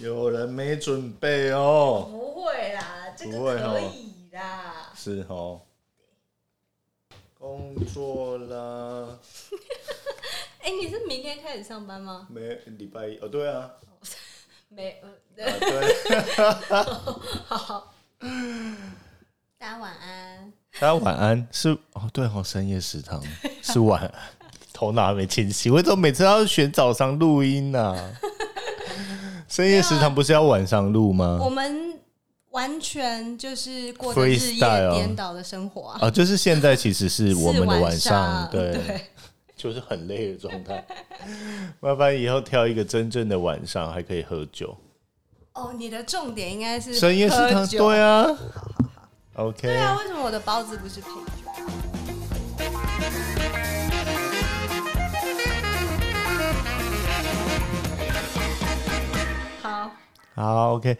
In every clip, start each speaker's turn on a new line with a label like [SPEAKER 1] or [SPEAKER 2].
[SPEAKER 1] 有人没准备哦，
[SPEAKER 2] 不会啦，这
[SPEAKER 1] 不会
[SPEAKER 2] 个
[SPEAKER 1] 哦
[SPEAKER 2] 可以啦。
[SPEAKER 1] 是哦。工作啦，
[SPEAKER 2] 哎、你是明天开始上班吗？
[SPEAKER 1] 没礼拜一哦，对啊，
[SPEAKER 2] 没，呃
[SPEAKER 1] 啊 对，
[SPEAKER 2] 好。大家晚安。
[SPEAKER 1] 大家晚安是哦，对哦，深夜食堂是晚 安，头脑还没清晰，为什么每次要选早上录音呢、 啊？深夜食堂不是要晚上录吗？
[SPEAKER 2] 我们完全就是过着日夜
[SPEAKER 1] Freestyle
[SPEAKER 2] 颠倒的生活啊，
[SPEAKER 1] 啊，就是现在其实是我们的
[SPEAKER 2] 是
[SPEAKER 1] 晚
[SPEAKER 2] 晚
[SPEAKER 1] 上，
[SPEAKER 2] 对。
[SPEAKER 1] 就是很累的状态。麻烦以后挑一个真正的晚上，还可以喝酒。
[SPEAKER 2] 哦，你的重点应该是
[SPEAKER 1] 深夜食
[SPEAKER 2] 喝
[SPEAKER 1] 堂，
[SPEAKER 2] 酒
[SPEAKER 1] 对啊。OK，
[SPEAKER 2] 对啊，为什么我的包子不是配酒？好
[SPEAKER 1] 好 OK，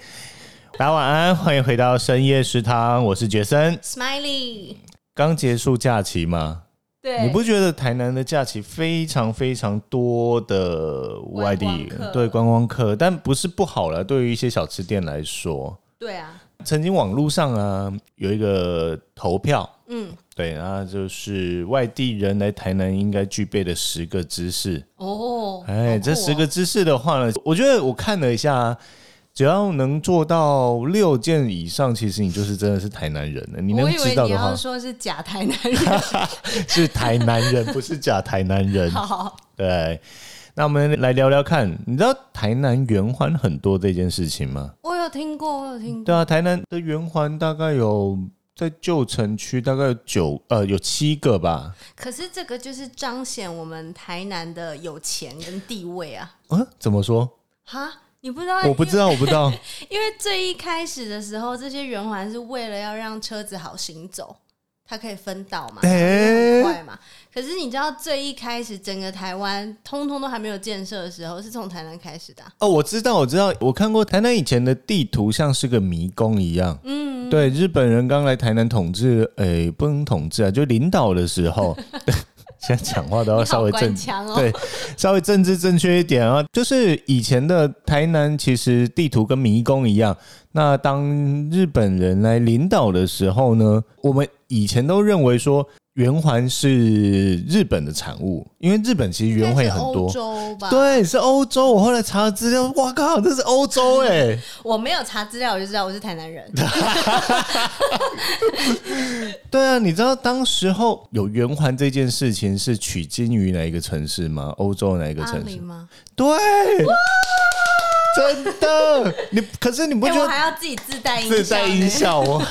[SPEAKER 1] 大家晚安，欢迎回到深夜食堂，我是杰森。
[SPEAKER 2] ，Smiley，
[SPEAKER 1] 刚结束假期嘛，
[SPEAKER 2] 对，
[SPEAKER 1] 你不觉得台南的假期非常非常多的外地
[SPEAKER 2] 观光客
[SPEAKER 1] 对观光客，但不是不好了，对于一些小吃店来说，
[SPEAKER 2] 对啊，
[SPEAKER 1] 曾经网络上啊有一个投票，
[SPEAKER 2] 嗯，
[SPEAKER 1] 对，那就是外地人来台南应该具备的十个知识。
[SPEAKER 2] 哦，
[SPEAKER 1] 哎，
[SPEAKER 2] 好
[SPEAKER 1] 这
[SPEAKER 2] 酷哦
[SPEAKER 1] 十个知识的话呢，我觉得我看了一下，只要能做到六件以上，其实你就是真的是台南人了。你能
[SPEAKER 2] 我以为
[SPEAKER 1] 知道
[SPEAKER 2] 你
[SPEAKER 1] 的话
[SPEAKER 2] 要，说是假台南人，
[SPEAKER 1] 是台南人，不是假台南人。
[SPEAKER 2] 好，
[SPEAKER 1] 对，那我们来聊聊看，你知道台南圆环很多这件事情吗？
[SPEAKER 2] 我有听过，我有听过，
[SPEAKER 1] 对啊，台南的圆环大概有在旧城区大概有九呃有七个吧，
[SPEAKER 2] 可是这个就是彰显我们台南的有钱跟地位啊，
[SPEAKER 1] 啊？怎么说？
[SPEAKER 2] 哈，你不知道，
[SPEAKER 1] 我不知道，我不知道。
[SPEAKER 2] 因为最一开始的时候，这些圆环是为了要让车子好行走，它可以分道嘛，
[SPEAKER 1] 哎、
[SPEAKER 2] 快嘛。可是你知道，最一开始整个台湾通通都还没有建设的时候，是从台南开始的啊、
[SPEAKER 1] 哦，我知道，我知道，我看过台南以前的地图，像是个迷宫一样。嗯，对，日本人刚来台南统治，诶、不能统治啊，就领导的时 候，现在讲话都要
[SPEAKER 2] 你
[SPEAKER 1] 稍
[SPEAKER 2] 好
[SPEAKER 1] 微正
[SPEAKER 2] 官，腔哦，
[SPEAKER 1] 对，稍微政治正确一点啊。就是以前的台南，其实地图跟迷宫一样。那当日本人来领导的时候呢，我们以前都认为说圆环是日本的产物，因为日本其实
[SPEAKER 2] 应该
[SPEAKER 1] 圆环
[SPEAKER 2] 是
[SPEAKER 1] 也很多
[SPEAKER 2] 欧。洲吧？
[SPEAKER 1] 对，是欧洲。我后来查了资料，哇靠，这是欧洲哎、
[SPEAKER 2] 我没有查资料，我就知道我是台 南人。
[SPEAKER 1] 对啊，你知道当时候有圆环这件事情是取经于哪一个城市吗？欧洲哪一个
[SPEAKER 2] 阿
[SPEAKER 1] 城市
[SPEAKER 2] 里？吗？
[SPEAKER 1] 对，真的。你可是你不
[SPEAKER 2] 哎、
[SPEAKER 1] 觉
[SPEAKER 2] 我
[SPEAKER 1] 得
[SPEAKER 2] 还要自己自带音
[SPEAKER 1] 自
[SPEAKER 2] 效
[SPEAKER 1] 带
[SPEAKER 2] 呢
[SPEAKER 1] 音效哦。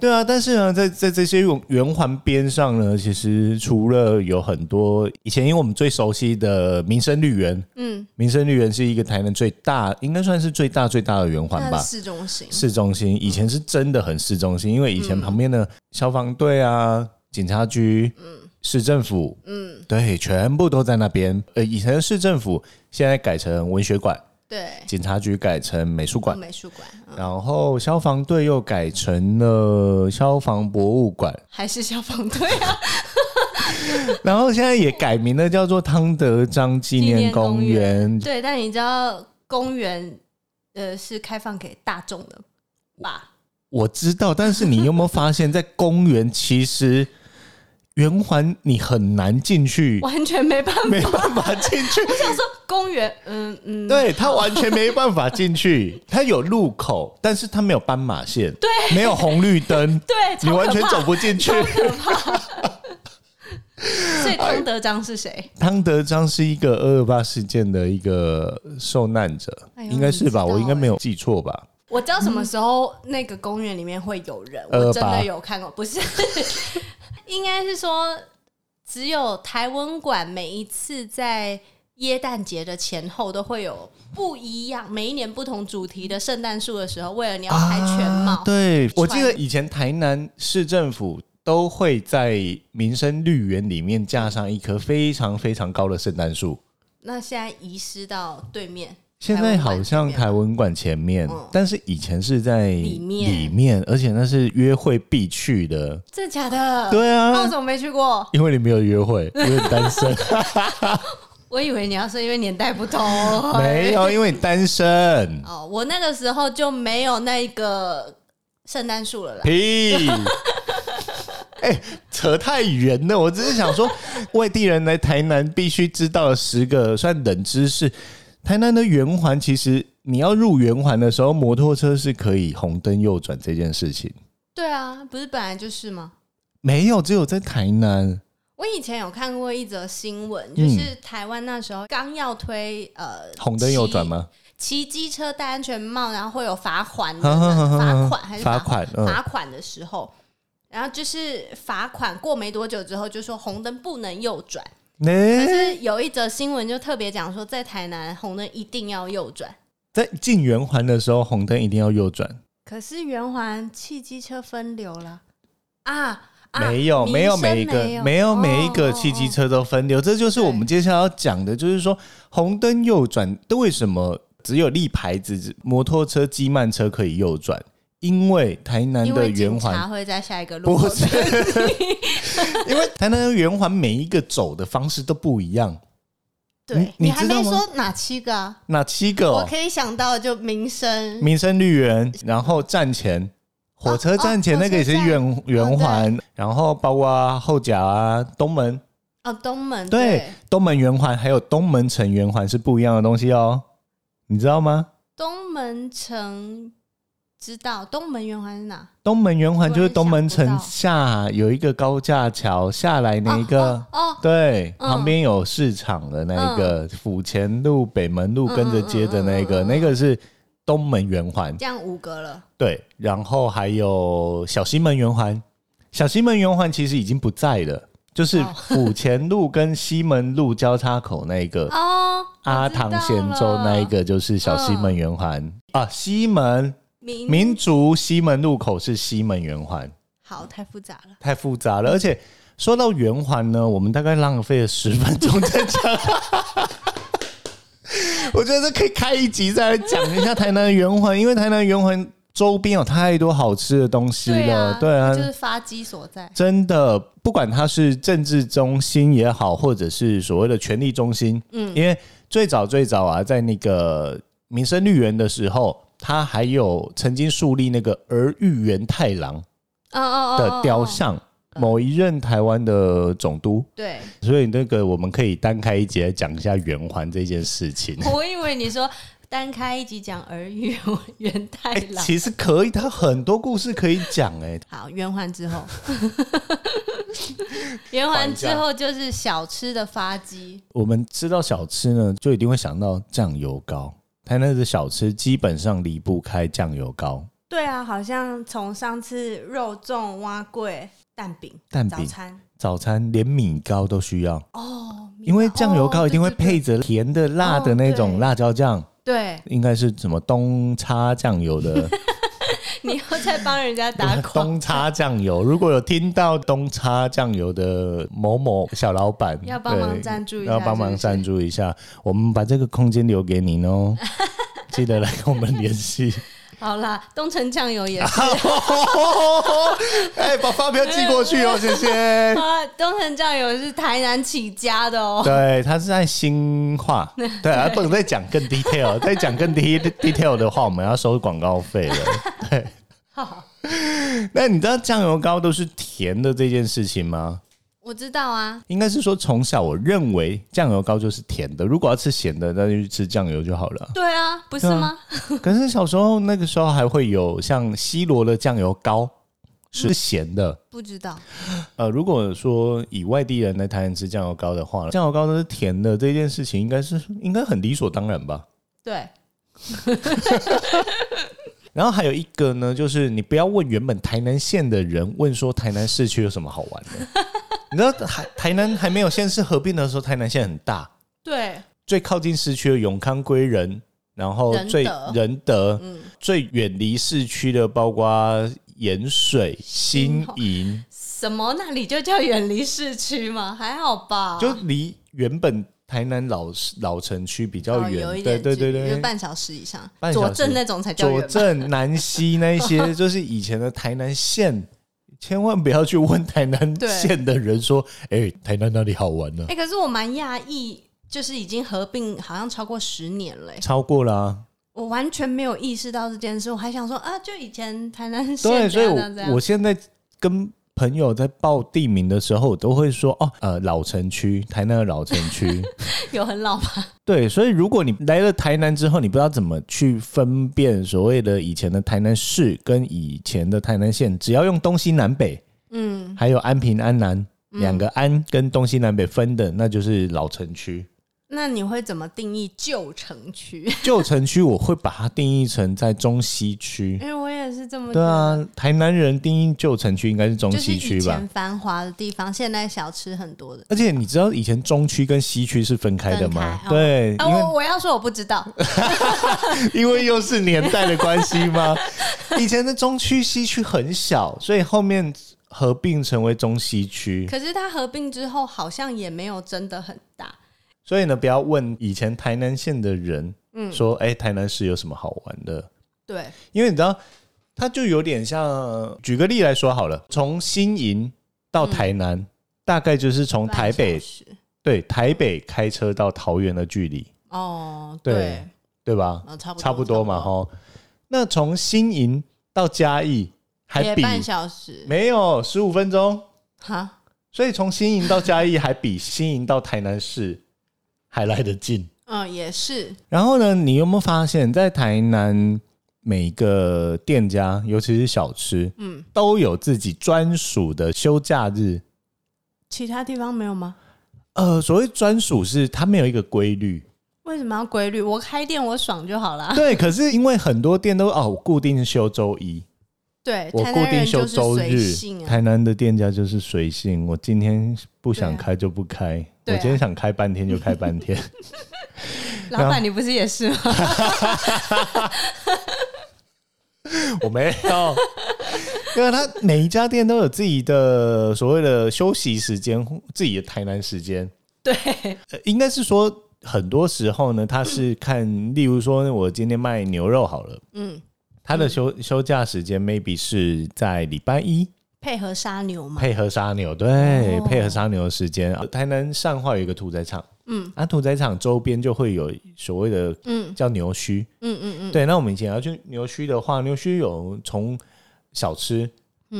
[SPEAKER 1] 对啊，但是呢，在在这些圆圆环边上呢，其实除了有很多以前，因为我们最熟悉的民生绿园，
[SPEAKER 2] 嗯，
[SPEAKER 1] 民生绿园是一个台南最大，应该算是最大最大的圆环
[SPEAKER 2] 那
[SPEAKER 1] 吧
[SPEAKER 2] 是。市中心。
[SPEAKER 1] 市中心以前是真的很市中心，因为以前旁边的消防队啊、警察局、市政府，嗯，对，全部都在那边。呃，以前的市政府现在改成文学馆，
[SPEAKER 2] 对，
[SPEAKER 1] 警察局改成美术馆，
[SPEAKER 2] 美术馆、嗯
[SPEAKER 1] 然后消防队又改成了消防博物馆，
[SPEAKER 2] 还是消防队 啊？
[SPEAKER 1] 然后现在也改名了，叫做汤德章纪念公
[SPEAKER 2] 纪念
[SPEAKER 1] 园。
[SPEAKER 2] 对，但你知道公园呃是开放给大众的吧？
[SPEAKER 1] 我知道，但是你有没有发现，在公园其实圆环你很难进去，
[SPEAKER 2] 完全没办法。
[SPEAKER 1] 嗯 没办法进去。
[SPEAKER 2] 想说公园，嗯嗯，
[SPEAKER 1] 对他完全没办法进去，他有路口，但是他没有斑马线，对，没有红绿灯，
[SPEAKER 2] 对，
[SPEAKER 1] 你
[SPEAKER 2] 超
[SPEAKER 1] 完全
[SPEAKER 2] 可怕
[SPEAKER 1] 走不进去。
[SPEAKER 2] 所以
[SPEAKER 1] 哎
[SPEAKER 2] 汤德章是谁？
[SPEAKER 1] 汤德章是一个二二八事件的一个受难者，
[SPEAKER 2] 哎呦
[SPEAKER 1] 应该是吧？
[SPEAKER 2] 你知道欸
[SPEAKER 1] 我应该没有记错吧？
[SPEAKER 2] 我知道什么时候那个公园里面会有人，
[SPEAKER 1] 嗯呃
[SPEAKER 2] 我真
[SPEAKER 1] 吧
[SPEAKER 2] 的有看过，不是， 应该是说只有台湾馆每一次在。耶诞节的前后都会有不一样，每一年不同主题的圣诞树的时候，为了你要拍全貌，
[SPEAKER 1] 啊对，我记得
[SPEAKER 2] 穿
[SPEAKER 1] 以前台南市政府都会在民生绿园里面架上一棵非常非常高的圣诞树，
[SPEAKER 2] 那现在移师到对面，
[SPEAKER 1] 现在好像
[SPEAKER 2] 台湾馆
[SPEAKER 1] 台文馆前面，
[SPEAKER 2] 嗯
[SPEAKER 1] 但是以前是在
[SPEAKER 2] 里面
[SPEAKER 1] 里面，而且那是约会必去的。
[SPEAKER 2] 这边真的假的？
[SPEAKER 1] 对
[SPEAKER 2] 那我
[SPEAKER 1] 啊，
[SPEAKER 2] 怎么没去过？
[SPEAKER 1] 因为你没有约会，因为你单身。
[SPEAKER 2] 我以为你要说因为年代不同，
[SPEAKER 1] 没有，因为你单身。
[SPEAKER 2] 哦，我那个时候就没有那个圣诞树了啦。
[SPEAKER 1] 屁！哎、扯太远了。我只是想说，外地人来台南必须知道的十个算冷知识。台南的圆环，其实你要入圆环的时候，摩托车是可以红灯右转这件事情，
[SPEAKER 2] 对啊，不是本来就是吗？
[SPEAKER 1] 没有，只有在台南。
[SPEAKER 2] 我以前有看过一则新闻，就是台湾那时候刚要推呃
[SPEAKER 1] 嗯红灯右转
[SPEAKER 2] 骑
[SPEAKER 1] 吗？
[SPEAKER 2] 骑机车戴安全帽，然后会有罚款的
[SPEAKER 1] 罚
[SPEAKER 2] 罚款还是
[SPEAKER 1] 罚
[SPEAKER 2] 罚
[SPEAKER 1] 款？嗯
[SPEAKER 2] 罚款的时候，然后就是罚款过没多久之后就说红灯不能右转，可
[SPEAKER 1] 那
[SPEAKER 2] 是有一则新闻就特别讲说在台南红灯一定要右转，
[SPEAKER 1] 在进圆环的时候，红灯一定要右转。
[SPEAKER 2] 可是圆环汽机车分流了啊。啊
[SPEAKER 1] 没有，
[SPEAKER 2] 民
[SPEAKER 1] 没有
[SPEAKER 2] 生
[SPEAKER 1] 每一个，没有每一个汽机
[SPEAKER 2] 哦哦
[SPEAKER 1] 车都分流，这就是我们
[SPEAKER 2] 对
[SPEAKER 1] 接下来要讲的，就是说红灯右转，为什么只有立牌子摩托车、机慢车可以右转？因为台南
[SPEAKER 2] 哦因
[SPEAKER 1] 的
[SPEAKER 2] 为
[SPEAKER 1] 圆
[SPEAKER 2] 警察
[SPEAKER 1] 环
[SPEAKER 2] 会在下一个
[SPEAKER 1] 不
[SPEAKER 2] 路口
[SPEAKER 1] 是， 因为台南的圆环每一个走的方式都不一样，
[SPEAKER 2] 对，
[SPEAKER 1] 你
[SPEAKER 2] 你
[SPEAKER 1] 你
[SPEAKER 2] 还
[SPEAKER 1] 知道
[SPEAKER 2] 没
[SPEAKER 1] 吗
[SPEAKER 2] 说哪七个啊？
[SPEAKER 1] 哪七个、
[SPEAKER 2] 我
[SPEAKER 1] 哦？
[SPEAKER 2] 可以想到就民生，
[SPEAKER 1] 民生绿园，然后站前。火车站前
[SPEAKER 2] 哦
[SPEAKER 1] 那个也是
[SPEAKER 2] 火车站
[SPEAKER 1] 圆圆环，然后包括后甲啊、东门，
[SPEAKER 2] 哦，东门
[SPEAKER 1] 对，东门圆环还有东门城圆环是不一样的东西哦，你知道吗？
[SPEAKER 2] 东门城知道东门圆环是哪？
[SPEAKER 1] 东门圆环就是东门
[SPEAKER 2] 突
[SPEAKER 1] 城
[SPEAKER 2] 然想
[SPEAKER 1] 下有一个高架桥下来那一个，
[SPEAKER 2] 哦哦哦
[SPEAKER 1] 对，
[SPEAKER 2] 嗯
[SPEAKER 1] 旁边有市场的那一个，府前路、北门路
[SPEAKER 2] 嗯
[SPEAKER 1] 跟着接的那个，
[SPEAKER 2] 嗯嗯嗯嗯嗯
[SPEAKER 1] 那个是东门圆环，
[SPEAKER 2] 这样五个了。
[SPEAKER 1] 对，然后还有小西门圆环，小西门圆环其实已经不在了。就是
[SPEAKER 2] 哦
[SPEAKER 1] 府前路跟西门路交叉口那一个，
[SPEAKER 2] 哦，
[SPEAKER 1] 阿
[SPEAKER 2] 我知道
[SPEAKER 1] 唐咸粥那一
[SPEAKER 2] 了嗯
[SPEAKER 1] 个就是小西门圆环、啊，西门
[SPEAKER 2] 民
[SPEAKER 1] 民族西门路口是西门圆环，
[SPEAKER 2] 好太复杂了。
[SPEAKER 1] 太复杂了。而且说到圆环呢，我们大概浪费了十分钟在讲。 我觉得这可以开一集再来讲一下台南的圆环，因为台南圆环周边有太多好吃的东西了。对啊，
[SPEAKER 2] 就是发迹所在。
[SPEAKER 1] 真的，不管它是政治中心也好，或者是所谓的权力中心，嗯，因为最早最早啊，在那个民生绿园的时候，它还有曾经树立那个儿玉源太郎
[SPEAKER 2] 哦哦哦哦
[SPEAKER 1] 的
[SPEAKER 2] 哦
[SPEAKER 1] 雕像，某一任台湾的总督，
[SPEAKER 2] 对，
[SPEAKER 1] 所以那个我们可以单开一节讲一下圆环这件事情。
[SPEAKER 2] 我以为你说单开一集讲儿语，我元太
[SPEAKER 1] 哎、
[SPEAKER 2] 郎。
[SPEAKER 1] 其实可以，它很多故事可以讲哎、
[SPEAKER 2] 好，圆环之 后，圆环之后就是小吃的发迹。
[SPEAKER 1] 我们吃到小吃呢，就一定会想到酱油膏。台南的小吃基本上离不开酱油膏、
[SPEAKER 2] 对啊，好像从上次肉粽、蛙桂、蛋饼、
[SPEAKER 1] 蛋
[SPEAKER 2] 早
[SPEAKER 1] 饼、
[SPEAKER 2] 餐
[SPEAKER 1] 早餐，连米糕都需要，
[SPEAKER 2] 哦，
[SPEAKER 1] 因为酱油膏一定会
[SPEAKER 2] 哦对对
[SPEAKER 1] 配着甜的、辣的那
[SPEAKER 2] 哦
[SPEAKER 1] 种
[SPEAKER 2] 对
[SPEAKER 1] 辣椒酱，
[SPEAKER 2] 对，
[SPEAKER 1] 应该是什么东叉酱油的
[SPEAKER 2] 你又在帮 人家 打广，
[SPEAKER 1] 东叉酱油。如果有听到东叉酱油的某某小老板，
[SPEAKER 2] 要帮忙
[SPEAKER 1] 对
[SPEAKER 2] 赞助一下，
[SPEAKER 1] 要帮忙
[SPEAKER 2] 是不是
[SPEAKER 1] 赞。助一下，我们把这个空间留给您哦，记得来跟我们联 系。
[SPEAKER 2] 好啦，东城酱 油也是。
[SPEAKER 1] 哎，把发票寄过去哦，谢谢。
[SPEAKER 2] 啊，东城酱油是台南起家的哦。
[SPEAKER 1] 对，他是在新 化，对啊，不能再讲更 detail，再讲更 de- detail 的话，我们要收广告费 了。
[SPEAKER 2] 好，
[SPEAKER 1] 对，那你知道酱油膏都是甜的这件事情吗？
[SPEAKER 2] 我知道啊。
[SPEAKER 1] 应该是说从小我认为酱油膏就是甜的，如果要吃咸的，那就去吃酱油就好了。
[SPEAKER 2] 对啊，不是吗？
[SPEAKER 1] 可是小时候那个时候还会有像西罗的酱油膏是咸的，
[SPEAKER 2] 不知道。
[SPEAKER 1] 呃，如果说以外地人来台南吃酱油膏的话，酱油膏都是甜的，这件事情应该是应该很理所当然吧。
[SPEAKER 2] 对，
[SPEAKER 1] 然后还有一个呢，就是你不要问原本台南县的人，问说台南市区有什么好 玩的。你知道台台南还没有县市合并的时候，台南县很大，
[SPEAKER 2] 对，
[SPEAKER 1] 最靠近市区的永康归仁，然后
[SPEAKER 2] 仁
[SPEAKER 1] 最
[SPEAKER 2] 德
[SPEAKER 1] 仁德，
[SPEAKER 2] 嗯
[SPEAKER 1] 最远离市区的包括盐水、新
[SPEAKER 2] 新化
[SPEAKER 1] 营，
[SPEAKER 2] 什么那里就叫远离市区吗？还好吧，
[SPEAKER 1] 就离原本台南老老城区比较
[SPEAKER 2] 哦
[SPEAKER 1] 远，
[SPEAKER 2] 有一
[SPEAKER 1] 对
[SPEAKER 2] 点
[SPEAKER 1] 对
[SPEAKER 2] 距
[SPEAKER 1] 对
[SPEAKER 2] 离就
[SPEAKER 1] 对，
[SPEAKER 2] 半小时以上
[SPEAKER 1] 半，小时
[SPEAKER 2] 左正那种才叫
[SPEAKER 1] 左
[SPEAKER 2] 远吧。
[SPEAKER 1] 镇、南溪那一 些，就是以前的台南县，千万不要去问台南
[SPEAKER 2] 对
[SPEAKER 1] 县的人说，哎、台南哪里好玩呢、
[SPEAKER 2] 哎、可是我蛮讶异，就是已经合并好像超过十年了、欸，
[SPEAKER 1] 超过了、啊。
[SPEAKER 2] 我完全没有意识到这件事，我还想说啊，就以前台南
[SPEAKER 1] 对，
[SPEAKER 2] 县
[SPEAKER 1] 所以
[SPEAKER 2] 这样这
[SPEAKER 1] 我
[SPEAKER 2] 样
[SPEAKER 1] 我，现在跟朋友在报地名的时候，我都会说哦，呃，老城区，台南的老城 区。
[SPEAKER 2] 有很老吗？
[SPEAKER 1] 对，所以如果你来了台南之后，你不知道怎么去分辨所谓的以前的台南市跟以前的台南县，只要用东西南北，
[SPEAKER 2] 嗯，
[SPEAKER 1] 还有安平安南两个安跟东西南北分的，那就是老城区。
[SPEAKER 2] 那你会怎么定义旧城 区？
[SPEAKER 1] 旧城区我会把它定义成在中西区
[SPEAKER 2] 因。为我也是这么
[SPEAKER 1] 对
[SPEAKER 2] 觉得，
[SPEAKER 1] 啊，台南人定义旧城区应该是中
[SPEAKER 2] 就是
[SPEAKER 1] 西
[SPEAKER 2] 以
[SPEAKER 1] 区吧
[SPEAKER 2] 前？繁华的地方，现在小吃很多的。
[SPEAKER 1] 而且你知道以前中区跟西区是分开的吗？
[SPEAKER 2] 分开哦
[SPEAKER 1] 对，
[SPEAKER 2] 啊，
[SPEAKER 1] 因为嗯
[SPEAKER 2] 我我要说我不知道，
[SPEAKER 1] 因为又是年代的关系吗？以前的中区、西区很小，所以后面合并成为中西区。
[SPEAKER 2] 可是它合并之后好像也没有真的很大。
[SPEAKER 1] 所以呢，不要问以前台南县的人，
[SPEAKER 2] 嗯
[SPEAKER 1] 说，哎、台南市有什么好玩的？
[SPEAKER 2] 对，
[SPEAKER 1] 因为你知道，它就有点像，举个例来说好了，从新营到台南，大概就是从台
[SPEAKER 2] 半
[SPEAKER 1] 北
[SPEAKER 2] 小时
[SPEAKER 1] 对台北开车到桃园的距离，
[SPEAKER 2] 哦，
[SPEAKER 1] 对
[SPEAKER 2] 对，
[SPEAKER 1] 对吧？
[SPEAKER 2] 哦差不多
[SPEAKER 1] 差不多嘛，，哈。那从新营到嘉义
[SPEAKER 2] 差
[SPEAKER 1] 还
[SPEAKER 2] 不多也
[SPEAKER 1] 比
[SPEAKER 2] 半小时，
[SPEAKER 1] 没有十五分钟，
[SPEAKER 2] 哈，
[SPEAKER 1] 所以从新营到嘉义还比新营到台南市还来得近。
[SPEAKER 2] 嗯，也是，
[SPEAKER 1] 然后呢，你有没有发现，在台南每个店家，尤其是小吃，
[SPEAKER 2] 嗯，
[SPEAKER 1] 都有自己专属的休假日？
[SPEAKER 2] 其他地方没有吗？
[SPEAKER 1] 呃，所谓专属是它没有一个规律，
[SPEAKER 2] 为什么要规律？我开店我爽就好啦。
[SPEAKER 1] 对。可是因为很多店都哦，我固定休周一，
[SPEAKER 2] 对，
[SPEAKER 1] 我
[SPEAKER 2] 台
[SPEAKER 1] 固
[SPEAKER 2] 南
[SPEAKER 1] 定
[SPEAKER 2] 人
[SPEAKER 1] 休
[SPEAKER 2] 就是
[SPEAKER 1] 周
[SPEAKER 2] 随
[SPEAKER 1] 日
[SPEAKER 2] 性。啊，
[SPEAKER 1] 台南的店家就是随性，我今天不想
[SPEAKER 2] 对啊
[SPEAKER 1] 开就不开，我
[SPEAKER 2] 对啊
[SPEAKER 1] 今天想开半天就开半 天。
[SPEAKER 2] 老板你不是也是吗？
[SPEAKER 1] 我没有，因为他每一家店都有自己的所谓的休息时间，自己的台南时间。
[SPEAKER 2] 对，
[SPEAKER 1] 呃应该是说很多时候呢，他是看，例如说我今天卖牛肉好了，
[SPEAKER 2] 嗯，
[SPEAKER 1] 他的休、休假时间 maybe 是在礼拜一，
[SPEAKER 2] 配合杀牛嘛，
[SPEAKER 1] 配合杀牛，对，
[SPEAKER 2] 嗯哦
[SPEAKER 1] 配合杀牛的时间。啊台南上化有一个屠宰场，
[SPEAKER 2] 嗯，
[SPEAKER 1] 啊，屠宰场周边就会有所谓的
[SPEAKER 2] 嗯
[SPEAKER 1] 叫牛墟，
[SPEAKER 2] 嗯嗯嗯，
[SPEAKER 1] 对，那我们以前要去牛墟的话，牛墟有从小吃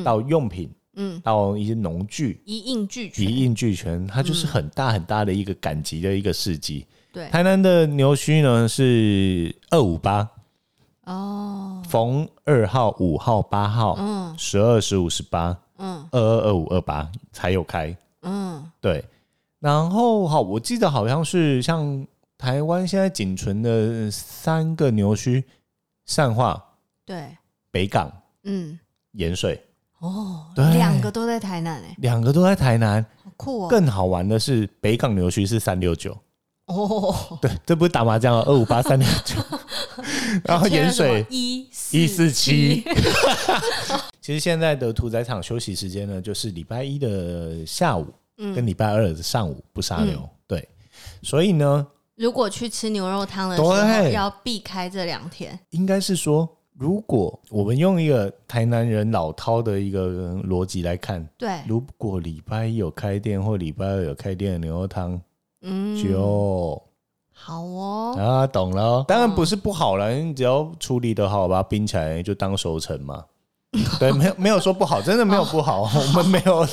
[SPEAKER 1] 到用品，
[SPEAKER 2] 嗯，
[SPEAKER 1] 到一些农具，
[SPEAKER 2] 一应俱全，
[SPEAKER 1] 一应俱全，它就是很大很大的一个赶集的一个市集。
[SPEAKER 2] 嗯对，
[SPEAKER 1] 台南的牛墟呢是二五八，
[SPEAKER 2] 哦，
[SPEAKER 1] 逢二号、五号、八号、
[SPEAKER 2] 嗯
[SPEAKER 1] 十二、十五、十八、
[SPEAKER 2] 嗯
[SPEAKER 1] 二二、二五、二八才有开。
[SPEAKER 2] 嗯，
[SPEAKER 1] 对，然后好，我记得好像是像台湾现在仅存的三个牛墟，善化、
[SPEAKER 2] 对，
[SPEAKER 1] 北港、
[SPEAKER 2] 嗯，
[SPEAKER 1] 盐水。
[SPEAKER 2] 哦，
[SPEAKER 1] 对
[SPEAKER 2] 两个都在台南哎，
[SPEAKER 1] 两个都在台南。
[SPEAKER 2] 好酷哦，
[SPEAKER 1] 更好玩的是，北港牛墟是三六九，
[SPEAKER 2] 哦，
[SPEAKER 1] 对，这不是打麻将哦，二五八三六 九。然后盐水
[SPEAKER 2] 一
[SPEAKER 1] 一四七。。 其实现在的屠宰场休息时间呢，就是礼拜一的下午跟
[SPEAKER 2] 嗯，
[SPEAKER 1] 礼拜二的上午不杀牛，对。所以呢，
[SPEAKER 2] 如果去吃牛肉汤的时候，
[SPEAKER 1] 对
[SPEAKER 2] 要避开这两天。
[SPEAKER 1] 应该是说，如果我们用一个台南人老饕的一个逻辑来看，
[SPEAKER 2] 对，
[SPEAKER 1] 如果礼拜一有开店或礼拜二有开店的牛肉汤，
[SPEAKER 2] 嗯，
[SPEAKER 1] 就
[SPEAKER 2] 好哦，
[SPEAKER 1] 啊，懂了哦，当然不是不好了，你只要处理的好，把它冰起来就当熟成嘛。 对，没有没有说不好，真的没有不好，我们没有，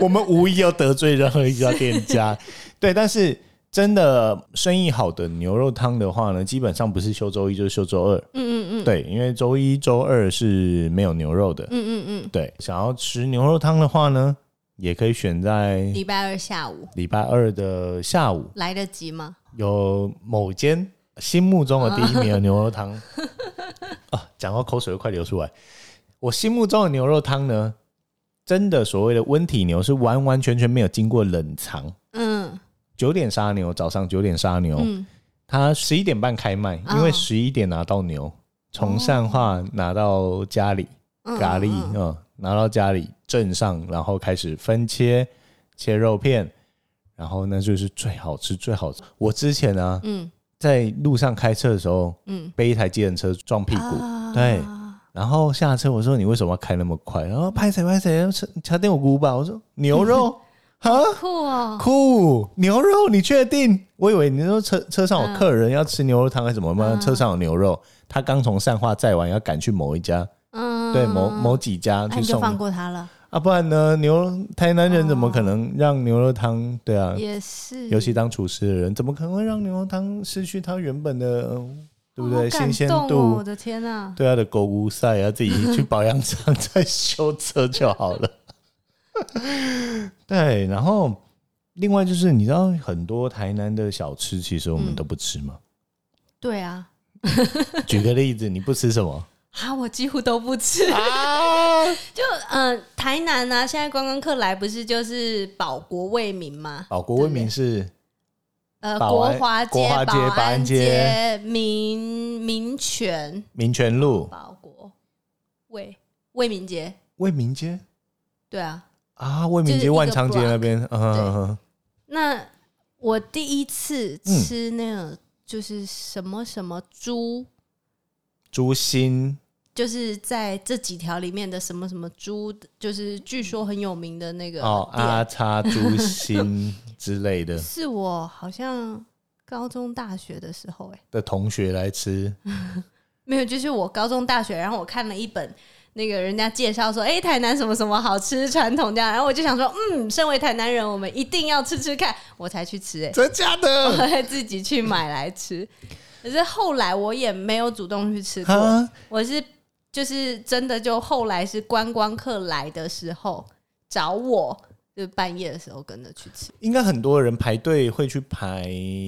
[SPEAKER 1] 我们无意要得罪任何一家店家。对，但是真的生意好的牛肉汤的话呢，基本上不是休周一就是休周二。
[SPEAKER 2] 嗯嗯嗯，
[SPEAKER 1] 对，因为周一周二是没有牛肉的。
[SPEAKER 2] 嗯嗯嗯，
[SPEAKER 1] 对，想要吃牛肉汤的话呢，也可以选在
[SPEAKER 2] 礼拜二下午
[SPEAKER 1] 礼拜二的下午。
[SPEAKER 2] 来得及吗？
[SPEAKER 1] 有某间心目中的第一名的牛肉 汤啊，讲到口水都快流出来。我心目中的牛肉汤呢，真的所谓的温体牛是完完全全没有经过冷藏。
[SPEAKER 2] 嗯
[SPEAKER 1] 九点杀牛，早上九点杀牛，
[SPEAKER 2] 嗯，
[SPEAKER 1] 它十一点半开卖，
[SPEAKER 2] 哦
[SPEAKER 1] 因为十一点拿到牛，从善化拿到家里，
[SPEAKER 2] 嗯
[SPEAKER 1] 咖喱
[SPEAKER 2] 嗯
[SPEAKER 1] 啊、
[SPEAKER 2] 嗯
[SPEAKER 1] 嗯拿到家里镇上，然后开始分切切肉片，然后那就是最好吃最好吃。我之前啊，
[SPEAKER 2] 嗯
[SPEAKER 1] 在路上开车的时候
[SPEAKER 2] 嗯，
[SPEAKER 1] 被一台计程车撞屁股，
[SPEAKER 2] 啊
[SPEAKER 1] 对然后下车我说你为什么要开那么快？然后拍谁拍谁，车车店有骨吧？我说牛肉，哈，
[SPEAKER 2] 酷哦，
[SPEAKER 1] 酷牛肉，你确定？我以为你说车车上有客人要吃牛肉汤还是什么吗？
[SPEAKER 2] 嗯
[SPEAKER 1] 车上有牛肉，他刚从善化载完，要赶去某一家，
[SPEAKER 2] 嗯，
[SPEAKER 1] 对某某几家
[SPEAKER 2] 那
[SPEAKER 1] 去
[SPEAKER 2] 你就
[SPEAKER 1] 送
[SPEAKER 2] 放过他了，
[SPEAKER 1] 啊，不然呢？牛台南人怎么可能让牛肉汤？对啊，
[SPEAKER 2] 哦也是，
[SPEAKER 1] 尤其当厨师的人，怎么可能会让牛肉汤失去它原本的，呃对不
[SPEAKER 2] 哦好
[SPEAKER 1] 对？
[SPEAKER 2] 感
[SPEAKER 1] 新鲜
[SPEAKER 2] 动哦
[SPEAKER 1] 度
[SPEAKER 2] 我，的天啊哪！
[SPEAKER 1] 对它的狗无赛啊，自己去保养厂再修车就好了。 对，然后另外就是，你知道很多台南的小吃，其实我们
[SPEAKER 2] 嗯
[SPEAKER 1] 都不吃 吗？
[SPEAKER 2] 对啊，
[SPEAKER 1] 举个例子，你不吃什么
[SPEAKER 2] 啊，我几乎都不吃。
[SPEAKER 1] 啊？
[SPEAKER 2] 就嗯、呃台南啊，现在观光客来不是就是保国为民吗？
[SPEAKER 1] 保国威名是
[SPEAKER 2] 呃，
[SPEAKER 1] 保
[SPEAKER 2] 国
[SPEAKER 1] 安
[SPEAKER 2] 华街、
[SPEAKER 1] 国华街
[SPEAKER 2] 保
[SPEAKER 1] 保安
[SPEAKER 2] 安
[SPEAKER 1] 街
[SPEAKER 2] 街、民民权、
[SPEAKER 1] 民权路、
[SPEAKER 2] 保国卫卫民街，
[SPEAKER 1] 为民街
[SPEAKER 2] 对啊。
[SPEAKER 1] 啊，为民
[SPEAKER 2] 就是一
[SPEAKER 1] 街
[SPEAKER 2] 个
[SPEAKER 1] 万昌街
[SPEAKER 2] block
[SPEAKER 1] 那边，嗯嗯嗯
[SPEAKER 2] 那我第一次吃那个就是什么什么猪，
[SPEAKER 1] 猪心
[SPEAKER 2] 就是在这几条里面的什么什么猪，就是据说很有名的那个
[SPEAKER 1] 哦，
[SPEAKER 2] 店，
[SPEAKER 1] 阿叉猪心 之类的
[SPEAKER 2] 是我好像高中大学的时候、欸，哎，
[SPEAKER 1] 的同学来吃，
[SPEAKER 2] 没有，就是我高中大学，然后我看了一本。那个人家介绍说，哎、台南什么什么好吃，传统这样，然后我就想说，嗯，身为台南人，我们一定要吃吃看，我才去吃、欸，哎，
[SPEAKER 1] 真假的？
[SPEAKER 2] 我会 自己去买来 吃。可是后来我也没有主动去吃过，
[SPEAKER 1] 啊，
[SPEAKER 2] 我是就是真的就后来是观光客来的时候找我，就半夜的时候跟着去吃
[SPEAKER 1] 应该很多人排队会去排